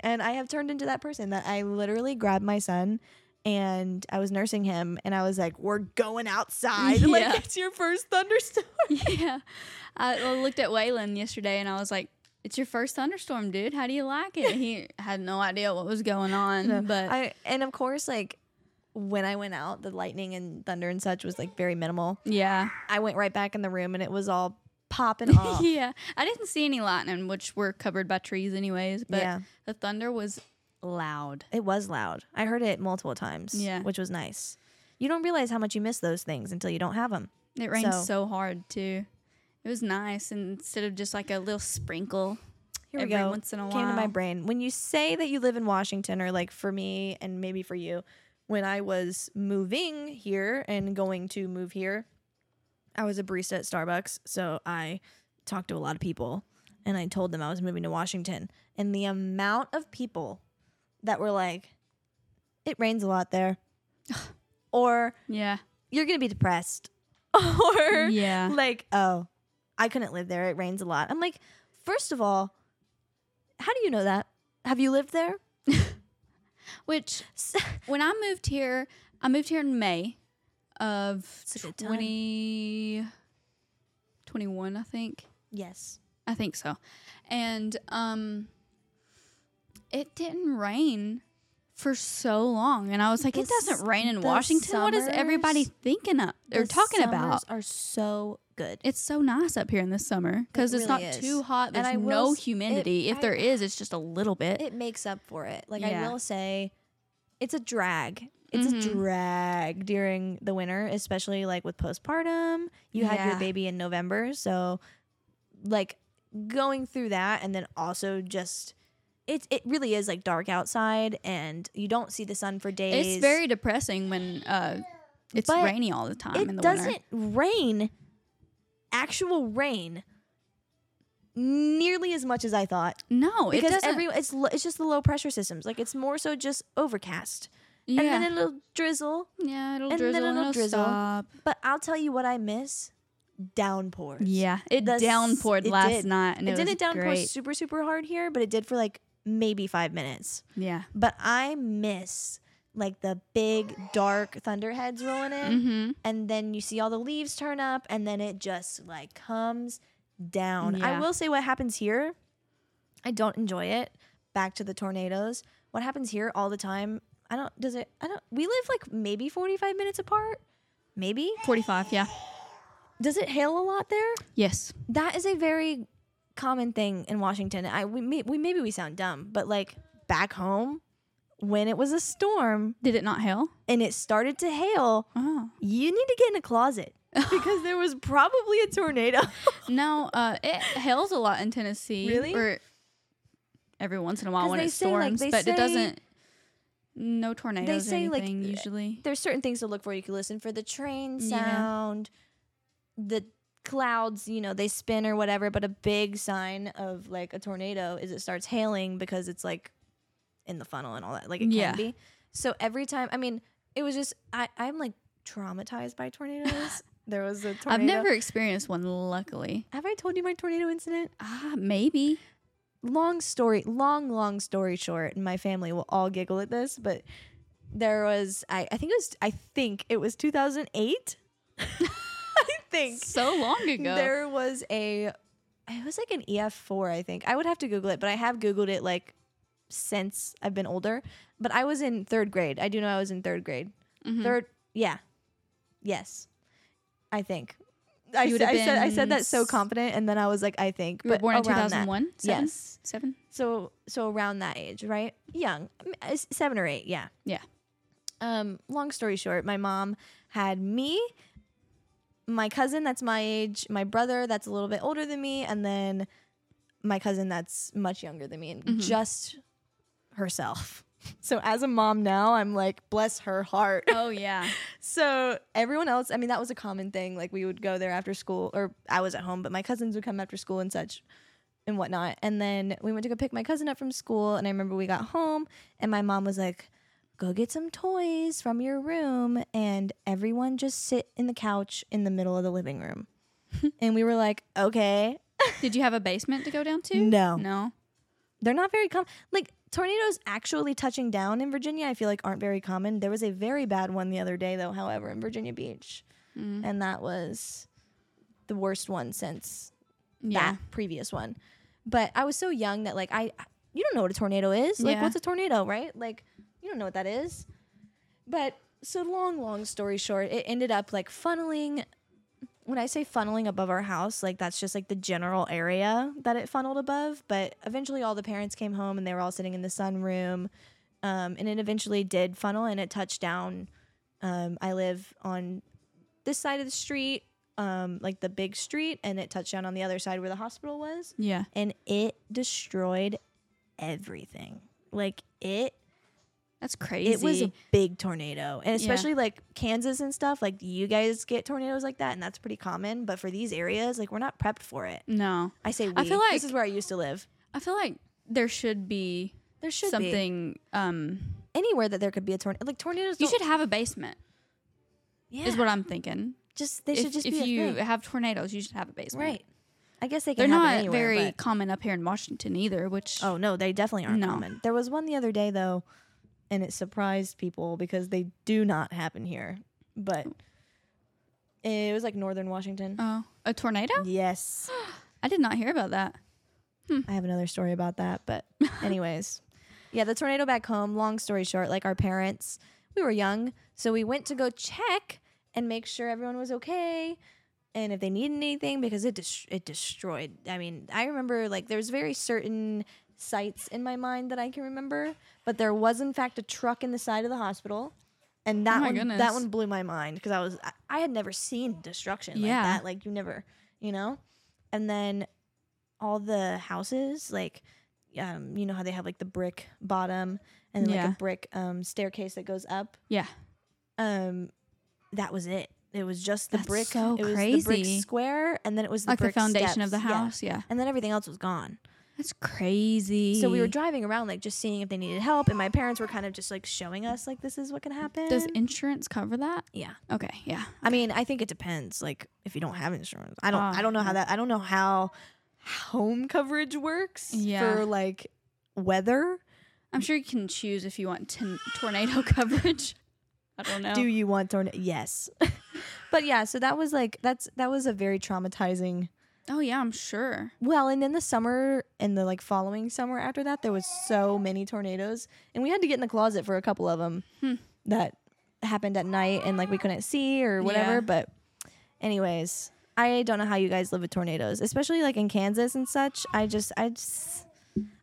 Speaker 1: And I have turned into that person that I literally grabbed my son and I was nursing him and I was like, we're going outside.
Speaker 2: Yeah.
Speaker 1: Like, it's your first thunderstorm.
Speaker 2: yeah. I I looked at Waylon yesterday and I was like, it's your first thunderstorm, dude. How do you like it? He had no idea what was going on, but
Speaker 1: I, and of course, like, when I went out, the lightning and thunder and such was like very minimal.
Speaker 2: yeah.
Speaker 1: I went right back in the room and it was all popping off.
Speaker 2: yeah. I didn't see any lightning, which were covered by trees anyways, but
Speaker 1: Yeah.
Speaker 2: the thunder was loud.
Speaker 1: It was loud. I heard it multiple times,
Speaker 2: Yeah.
Speaker 1: which was nice. You don't realize how much you miss those things until you don't have them.
Speaker 2: It rained
Speaker 1: So-
Speaker 2: so hard too. It was nice and instead of just like a little sprinkle.
Speaker 1: Here we
Speaker 2: every
Speaker 1: go.
Speaker 2: once in a
Speaker 1: Came to my
Speaker 2: while.
Speaker 1: brain when you say that you live in Washington, or like for me and maybe for you, when I was moving here and going to move here, I was a barista at Starbucks, so I talked to a lot of people, and I told them I was moving to Washington, and the amount of people that were like, "It rains a lot there," or
Speaker 2: Yeah.
Speaker 1: "You're gonna be depressed," or
Speaker 2: Yeah.
Speaker 1: like, oh, I couldn't live there. It rains a lot. I'm like, first of all, how do you know that? Have you lived there?
Speaker 2: Which when I moved here, I moved here in May of
Speaker 1: It's a good time.
Speaker 2: 20, 21, I think.
Speaker 1: yes.
Speaker 2: I think so. And um it didn't rain for so long. And I was like, it
Speaker 1: The s-
Speaker 2: doesn't rain in
Speaker 1: the
Speaker 2: Washington. what is everybody
Speaker 1: summers-
Speaker 2: thinking of or
Speaker 1: The
Speaker 2: talking
Speaker 1: summers
Speaker 2: about?
Speaker 1: are so good.
Speaker 2: It's so nice up here in the summer because
Speaker 1: It
Speaker 2: it's
Speaker 1: really
Speaker 2: not
Speaker 1: is.
Speaker 2: too hot.
Speaker 1: And
Speaker 2: There's
Speaker 1: I will
Speaker 2: no
Speaker 1: s- it-
Speaker 2: humidity. if
Speaker 1: I-
Speaker 2: there is, it's just a little bit.
Speaker 1: It makes up for it. Like
Speaker 2: Yeah.
Speaker 1: I will say, it's a drag. It's
Speaker 2: Mhm.
Speaker 1: a drag during the winter, especially like with postpartum. You had
Speaker 2: Yeah.
Speaker 1: your baby in November, so like going through that and then also just it it really is like dark outside and you don't see the sun for days.
Speaker 2: it's very depressing when uh, it's
Speaker 1: But
Speaker 2: rainy all the time
Speaker 1: it
Speaker 2: in the winter.
Speaker 1: doesn't rain actual rain nearly as much as i thought
Speaker 2: No, it
Speaker 1: because
Speaker 2: doesn't.
Speaker 1: every it's lo- it's just the low pressure systems like it's more so just overcast
Speaker 2: yeah,
Speaker 1: and then it'll drizzle
Speaker 2: yeah, it'll
Speaker 1: and then
Speaker 2: drizzle and
Speaker 1: it'll
Speaker 2: it'll
Speaker 1: drizzle.
Speaker 2: stop.
Speaker 1: but i'll tell you what i miss downpours.
Speaker 2: Yeah, it
Speaker 1: The s-
Speaker 2: downpoured
Speaker 1: it
Speaker 2: last
Speaker 1: did.
Speaker 2: night, and
Speaker 1: It,
Speaker 2: it, was
Speaker 1: didn't downpour
Speaker 2: great.
Speaker 1: super, super hard here, but it did for like maybe five minutes.
Speaker 2: Yeah.
Speaker 1: But I miss like the big dark thunderheads rolling in.
Speaker 2: Mm-hmm.
Speaker 1: and then you see all the leaves turn up and then it just like comes down. I
Speaker 2: Yeah.
Speaker 1: will say what happens here, I don't enjoy it. Back to the tornadoes. What happens here all the time? I don't does it I don't we live like maybe 45 minutes apart. Maybe.
Speaker 2: Forty-five. Yeah.
Speaker 1: Does it hail a lot there?
Speaker 2: Yes.
Speaker 1: That is a very common thing in Washington. I we, may- we maybe we sound dumb, but like back home when it was a storm
Speaker 2: Did it not hail?
Speaker 1: and it started to hail,
Speaker 2: Oh.
Speaker 1: you need to get in a closet because there was probably a tornado.
Speaker 2: No, uh, it hails a lot in Tennessee.
Speaker 1: Really?
Speaker 2: Or every once in a while
Speaker 1: 'Cause
Speaker 2: when
Speaker 1: they
Speaker 2: it
Speaker 1: say, like,
Speaker 2: storms,
Speaker 1: they
Speaker 2: but
Speaker 1: say-
Speaker 2: it doesn't. No tornadoes. They
Speaker 1: say, like, eh,
Speaker 2: anything usually.
Speaker 1: There's certain things to look for. You can listen for the train
Speaker 2: Yeah.
Speaker 1: sound, the clouds, you know, they spin or whatever, but a big sign of like a tornado is it starts hailing because it's like in the funnel and all that. Like it
Speaker 2: Yeah.
Speaker 1: can be. So every time, I mean, it was just I I'm like traumatized by tornadoes. there was a tornado.
Speaker 2: I've never experienced one. Luckily.
Speaker 1: Have I told you my tornado incident?
Speaker 2: Ah, maybe.
Speaker 1: long story long long story short and my family will all giggle at this but there was i, I think it was i think it was 2008 i think
Speaker 2: So long ago.
Speaker 1: there was a it was like an ef4 i think i would have to google it but i have googled it like since i've been older but i was in third grade i do know i was in third grade
Speaker 2: Mhm.
Speaker 1: third yeah yes i think I,
Speaker 2: You would
Speaker 1: said-
Speaker 2: have
Speaker 1: I said I said
Speaker 2: been
Speaker 1: that so
Speaker 2: s-
Speaker 1: confident, and then I was like, I think.
Speaker 2: You were
Speaker 1: but
Speaker 2: born in two
Speaker 1: around that.
Speaker 2: thousand one.
Speaker 1: Yes.
Speaker 2: Seven.
Speaker 1: So so around that age, right? Young, m- uh, s- seven or eight, yeah.
Speaker 2: Yeah.
Speaker 1: Um. Long story short, my mom had me, my cousin that's my age, my brother that's a little bit older than me, and then my cousin that's much younger than me, and
Speaker 2: Mhm.
Speaker 1: just herself. So as a mom now, I'm like, bless her heart.
Speaker 2: Oh yeah.
Speaker 1: So everyone else, I mean, that was a common thing. Like we would go there after school, or I was at home, but my cousins would come after school and such and whatnot. And then we went to go pick my cousin up from school. And I remember we got home, and my mom was like, Go get some toys from your room. And everyone just sit in the couch in the middle of the living room. and we were like, Okay,
Speaker 2: Did you have a basement to go down to?
Speaker 1: No.
Speaker 2: No.
Speaker 1: they're not very common. Like tornadoes actually touching down in Virginia, I feel like aren't very common. There was a very bad one the other day, though, however, in Virginia Beach.
Speaker 2: Mm.
Speaker 1: And that was the worst one since
Speaker 2: Yeah.
Speaker 1: that previous one. But I was so young that, like, I, you don't know what a tornado is. Like,
Speaker 2: Yeah.
Speaker 1: what's a tornado, right? Like, you don't know what that is. But so long, long story short, it ended up like funneling. When I say funneling above our house, like that's just like the general area that it funneled above. But eventually, all the parents came home and they were all sitting in the sunroom. Um, and it eventually did funnel and it touched down. Um, I live on this side of the street, um, like the big street, and it touched down on the other side where the hospital was
Speaker 2: Yeah.
Speaker 1: and it destroyed everything. Like it,
Speaker 2: That's crazy.
Speaker 1: it was a big tornado, and
Speaker 2: Yeah.
Speaker 1: especially like Kansas and stuff. Like you guys get tornadoes like that, and that's pretty common. But for these areas, like we're not prepped for it.
Speaker 2: no.
Speaker 1: I say we.
Speaker 2: I feel
Speaker 1: this
Speaker 2: like-
Speaker 1: is where I used to live.
Speaker 2: I feel like there should be
Speaker 1: There should be
Speaker 2: something. Um,
Speaker 1: anywhere that there could be a tornado. Like tornadoes,
Speaker 2: you
Speaker 1: don't-
Speaker 2: should have a basement.
Speaker 1: Yeah,
Speaker 2: Is what I'm thinking.
Speaker 1: just they
Speaker 2: if
Speaker 1: should just
Speaker 2: if
Speaker 1: be a
Speaker 2: you
Speaker 1: thing.
Speaker 2: have tornadoes, you should have a basement.
Speaker 1: right. I guess they
Speaker 2: They're
Speaker 1: can. happen
Speaker 2: not
Speaker 1: anywhere,
Speaker 2: very
Speaker 1: but-
Speaker 2: common up here in Washington either. Which
Speaker 1: Oh no, they definitely aren't
Speaker 2: No.
Speaker 1: common. There was one the other day though, and it surprised people because they do not happen here. But it was like northern Washington.
Speaker 2: Oh, a tornado?
Speaker 1: Yes.
Speaker 2: I did not hear about that. Mm-hmm.
Speaker 1: I have another story about that, but anyways. yeah, the tornado back home, long story short, like our parents, we were young, so we went to go check and make sure everyone was okay and if they needed anything because it dis- it destroyed. I mean, I remember like there's very certain sites in my mind that I can remember, but there was in fact a truck in the side of the hospital. And that
Speaker 2: Oh my
Speaker 1: one that
Speaker 2: goodness.
Speaker 1: one blew my mind because I was I, I had never seen destruction
Speaker 2: Yeah.
Speaker 1: like that. Like you never, you know? And then all the houses, like um, you know how they have like the brick bottom and then
Speaker 2: Yeah.
Speaker 1: like a brick um staircase that goes up.
Speaker 2: Yeah.
Speaker 1: Um that was it. It was just the
Speaker 2: That's
Speaker 1: brick
Speaker 2: so
Speaker 1: it was the brick
Speaker 2: crazy.
Speaker 1: square and then it was the
Speaker 2: Like the
Speaker 1: brick
Speaker 2: foundation of the
Speaker 1: steps, yeah.
Speaker 2: house. Yeah.
Speaker 1: And then everything else was gone.
Speaker 2: That's crazy.
Speaker 1: So we were driving around, like just seeing if they needed help, and my parents were kind of just like showing us, like this is what can happen.
Speaker 2: Does insurance cover that?
Speaker 1: yeah,
Speaker 2: Okay, yeah.
Speaker 1: I mean, I think it depends. Like if you don't have insurance, I don't,
Speaker 2: Ah,
Speaker 1: I don't know how that, I don't know how home coverage works
Speaker 2: Yeah.
Speaker 1: for like weather.
Speaker 2: I'm sure you can choose if you want ton- tornado coverage. I don't know.
Speaker 1: Do you want tornado? Yes, but yeah. So that was like that's that was a very traumatizing
Speaker 2: oh yeah, I'm sure.
Speaker 1: Well, and then the summer and the like following summer after that, there was so many tornadoes, and we had to get in the closet for a couple of them
Speaker 2: Hmm.
Speaker 1: that happened at night, and like we couldn't see or whatever.
Speaker 2: Yeah.
Speaker 1: But, anyways, I don't know how you guys live with tornadoes, especially like in Kansas and such. I just, I just,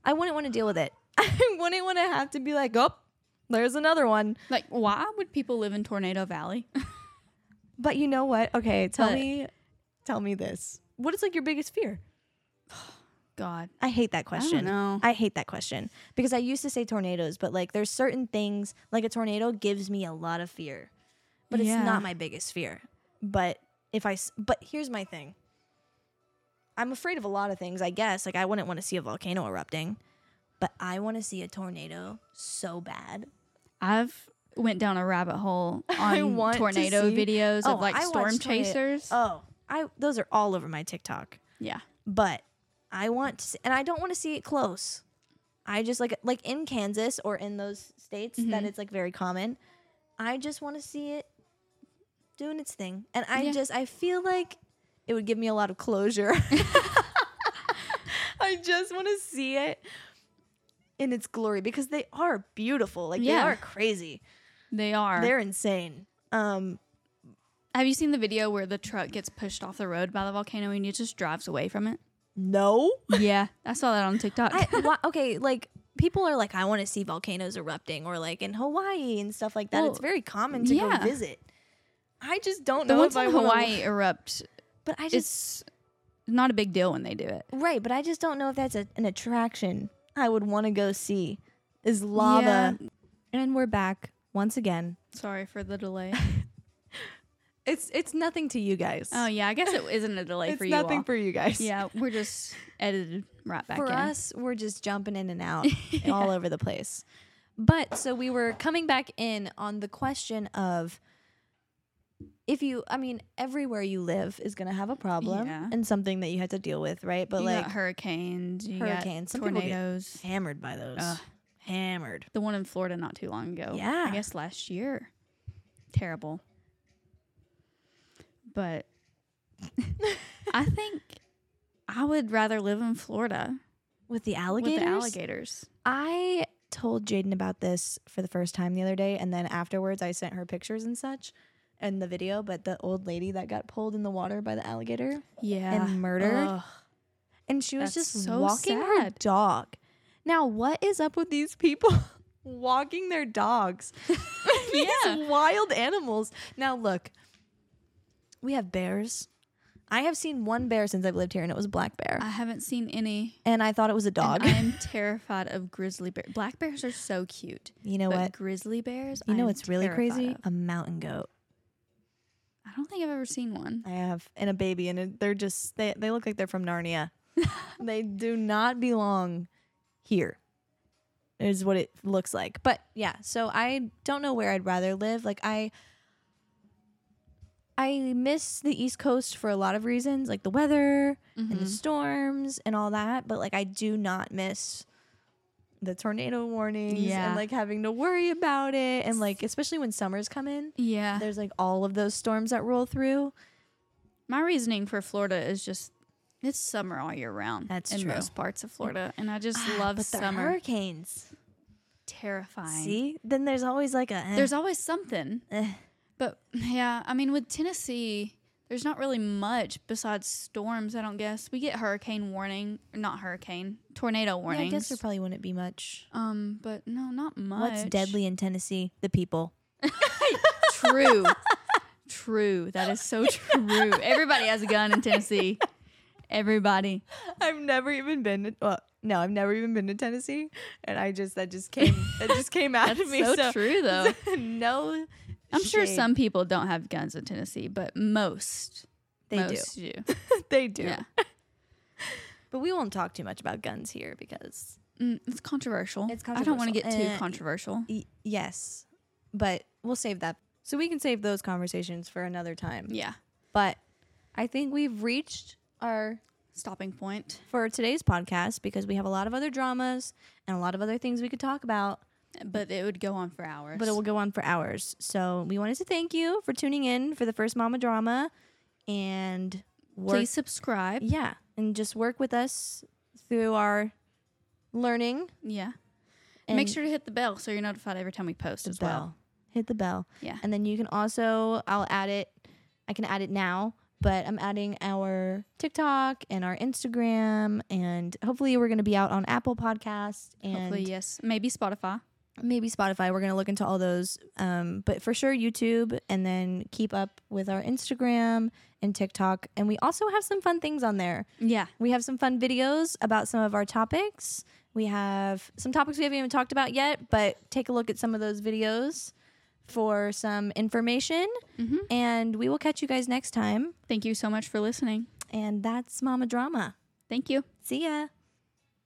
Speaker 1: I wouldn't want to deal with it. I wouldn't want to have to be like, oh, there's another one.
Speaker 2: Like, why would people live in Tornado Valley?
Speaker 1: But you know what? Okay, tell
Speaker 2: But-
Speaker 1: me, tell me this. What is like your biggest fear?
Speaker 2: God,
Speaker 1: I hate that question.
Speaker 2: I don't know.
Speaker 1: I hate that question because I used to say tornadoes, but like there's certain things like a tornado gives me a lot of fear, but
Speaker 2: Yeah.
Speaker 1: it's not my biggest fear. But if I, s- but here's my thing. I'm afraid of a lot of things, I guess. Like I wouldn't want to see a volcano erupting, but I want to see a tornado so bad.
Speaker 2: I've went down a rabbit hole
Speaker 1: I
Speaker 2: on
Speaker 1: want to
Speaker 2: tornado
Speaker 1: see-
Speaker 2: videos
Speaker 1: Oh,
Speaker 2: of like
Speaker 1: I
Speaker 2: storm
Speaker 1: watch tornado-
Speaker 2: chasers.
Speaker 1: Oh, I those are all over my TikTok.
Speaker 2: yeah.
Speaker 1: but I want to see, and I don't want to see it close. I just like like in Kansas or in those states that
Speaker 2: Mm-hmm.
Speaker 1: it's like very common. I just want to see it doing its thing, and I
Speaker 2: Yeah.
Speaker 1: just I feel like it would give me a lot of closure. I just want to see it in its glory because they are beautiful. Like
Speaker 2: Yeah.
Speaker 1: they are crazy.
Speaker 2: They are.
Speaker 1: They're insane. Um,
Speaker 2: Have you seen the video where the truck gets pushed off the road by the volcano and it just drives away from it?
Speaker 1: no.
Speaker 2: Yeah, I saw that on TikTok.
Speaker 1: I, why, okay, like people are like, I want to see volcanoes erupting, or like in Hawaii and stuff like that. it's
Speaker 2: Well,
Speaker 1: very common to
Speaker 2: yeah.
Speaker 1: go visit. I just don't
Speaker 2: the
Speaker 1: know
Speaker 2: ones
Speaker 1: if I
Speaker 2: in
Speaker 1: wanna-
Speaker 2: Hawaii erupt.
Speaker 1: but I just
Speaker 2: It's not a big deal when they do it.
Speaker 1: right, but I just don't know if that's a, an attraction I would want to go see. Is lava,
Speaker 2: Yeah.
Speaker 1: and we're back once again.
Speaker 2: Sorry for the delay.
Speaker 1: It's it's nothing to you guys.
Speaker 2: oh yeah, I guess it isn't a delay
Speaker 1: it's
Speaker 2: for you
Speaker 1: nothing
Speaker 2: all.
Speaker 1: for you guys.
Speaker 2: yeah, we're just edited right back
Speaker 1: for
Speaker 2: in.
Speaker 1: us we're just jumping in and out and all over the place but so we were coming back in on the question of if you i mean everywhere you live is going to have a problem
Speaker 2: Yeah.
Speaker 1: and something that you had to deal deal with right but
Speaker 2: you
Speaker 1: like
Speaker 2: got hurricanes, you
Speaker 1: Hurricanes.
Speaker 2: got
Speaker 1: Some people get-
Speaker 2: tornadoes.
Speaker 1: hammered by those
Speaker 2: Ugh.
Speaker 1: hammered
Speaker 2: the one in Florida not too long ago.
Speaker 1: Yeah.
Speaker 2: I guess last year. Terrible. But I think I would rather live in Florida
Speaker 1: with the
Speaker 2: with
Speaker 1: alligators
Speaker 2: the alligators.
Speaker 1: i told jaden about this for the first time the other day and then afterwards i sent her pictures and such and the video but the old lady that got pulled in the water by the alligator
Speaker 2: Yeah.
Speaker 1: And murdered. and she was
Speaker 2: That's
Speaker 1: just
Speaker 2: so
Speaker 1: walking her
Speaker 2: sad.
Speaker 1: dog. Now, what is up with these people walking their dogs? these
Speaker 2: Yeah.
Speaker 1: wild animals. Now, look, we have bears. I have seen one bear since I've lived here, and it was a black bear,
Speaker 2: I haven't seen any.
Speaker 1: and I thought it was a
Speaker 2: and
Speaker 1: dog.
Speaker 2: I'm terrified of grizzly bears. Black bears are so cute.
Speaker 1: you know
Speaker 2: but
Speaker 1: what?
Speaker 2: grizzly bears,
Speaker 1: You know
Speaker 2: I'm
Speaker 1: what's really
Speaker 2: terrified
Speaker 1: crazy?
Speaker 2: of.
Speaker 1: A mountain goat.
Speaker 2: I don't think I've ever seen one.
Speaker 1: I have, and a baby, and it- they're just they they look like they're from Narnia. they do not belong here. Is what it looks like. But yeah, so I don't know where I'd rather live. Like I I miss the East Coast for a lot of reasons, like the weather
Speaker 2: Mm-hmm.
Speaker 1: and the storms and all that, but like I do not miss the tornado warnings
Speaker 2: Yeah.
Speaker 1: and like having to worry about it and like especially when summers come in,
Speaker 2: Yeah.
Speaker 1: there's like all of those storms that roll through.
Speaker 2: my reasoning for Florida is just it's summer all year round.
Speaker 1: That's
Speaker 2: in
Speaker 1: true.
Speaker 2: most parts of Florida, and I just
Speaker 1: Ah,
Speaker 2: love
Speaker 1: but the
Speaker 2: summer.
Speaker 1: hurricanes.
Speaker 2: Terrifying.
Speaker 1: See, then there's always like a eh,
Speaker 2: There's always something,
Speaker 1: eh.
Speaker 2: but yeah, I mean with Tennessee, there's not really much besides storms. I don't guess we get hurricane warning, not hurricane, tornado
Speaker 1: Yeah, I
Speaker 2: warnings.
Speaker 1: guess there probably wouldn't be much.
Speaker 2: um, but no, not much.
Speaker 1: What's deadly in Tennessee? The people.
Speaker 2: True. true. That is so true. Everybody has a gun in Tennessee. Everybody.
Speaker 1: I've never even been. To, well, no, I've never even been to Tennessee, and I just that just came that just came out
Speaker 2: That's so true though.
Speaker 1: no,
Speaker 2: I'm sure
Speaker 1: shade.
Speaker 2: some people don't have guns in Tennessee, but most
Speaker 1: they
Speaker 2: most do.
Speaker 1: do. They do.
Speaker 2: Yeah.
Speaker 1: But we won't talk too much about guns here because
Speaker 2: Mm, it's controversial.
Speaker 1: It's
Speaker 2: I don't want to get
Speaker 1: controversial.
Speaker 2: too
Speaker 1: Eh,
Speaker 2: controversial.
Speaker 1: y- yes, but we'll save that. So we can save those conversations for another time.
Speaker 2: Yeah.
Speaker 1: But I think we've reached our
Speaker 2: Stopping point.
Speaker 1: for today's podcast because we have a lot of other dramas and a lot of other things we could talk about,
Speaker 2: But it would go on for hours.
Speaker 1: but it will go on for hours. So we wanted to thank you for tuning in for the first Mama Drama and work,
Speaker 2: Please subscribe.
Speaker 1: yeah, and just work with us through our learning.
Speaker 2: Yeah.
Speaker 1: And
Speaker 2: Make sure to hit the bell so you're notified every time we post
Speaker 1: the
Speaker 2: as
Speaker 1: bell.
Speaker 2: well.
Speaker 1: Hit the bell.
Speaker 2: Yeah.
Speaker 1: And then you can also, I'll add it, I can add it now, but I'm adding our TikTok and our Instagram. And hopefully, we're going to be out on Apple Podcasts and
Speaker 2: Hopefully, yes. Maybe Spotify.
Speaker 1: maybe Spotify. We're going to look into all those. Um, but for sure, YouTube. And then keep up with our Instagram and TikTok. And we also have some fun things on there.
Speaker 2: Yeah.
Speaker 1: We have some fun videos about some of our topics. We have some topics we haven't even talked about yet, but take a look at some of those videos for some information.
Speaker 2: Mhm.
Speaker 1: And we will catch you guys next time.
Speaker 2: Thank you so much for listening.
Speaker 1: And that's Mama Drama.
Speaker 2: Thank you.
Speaker 1: See ya.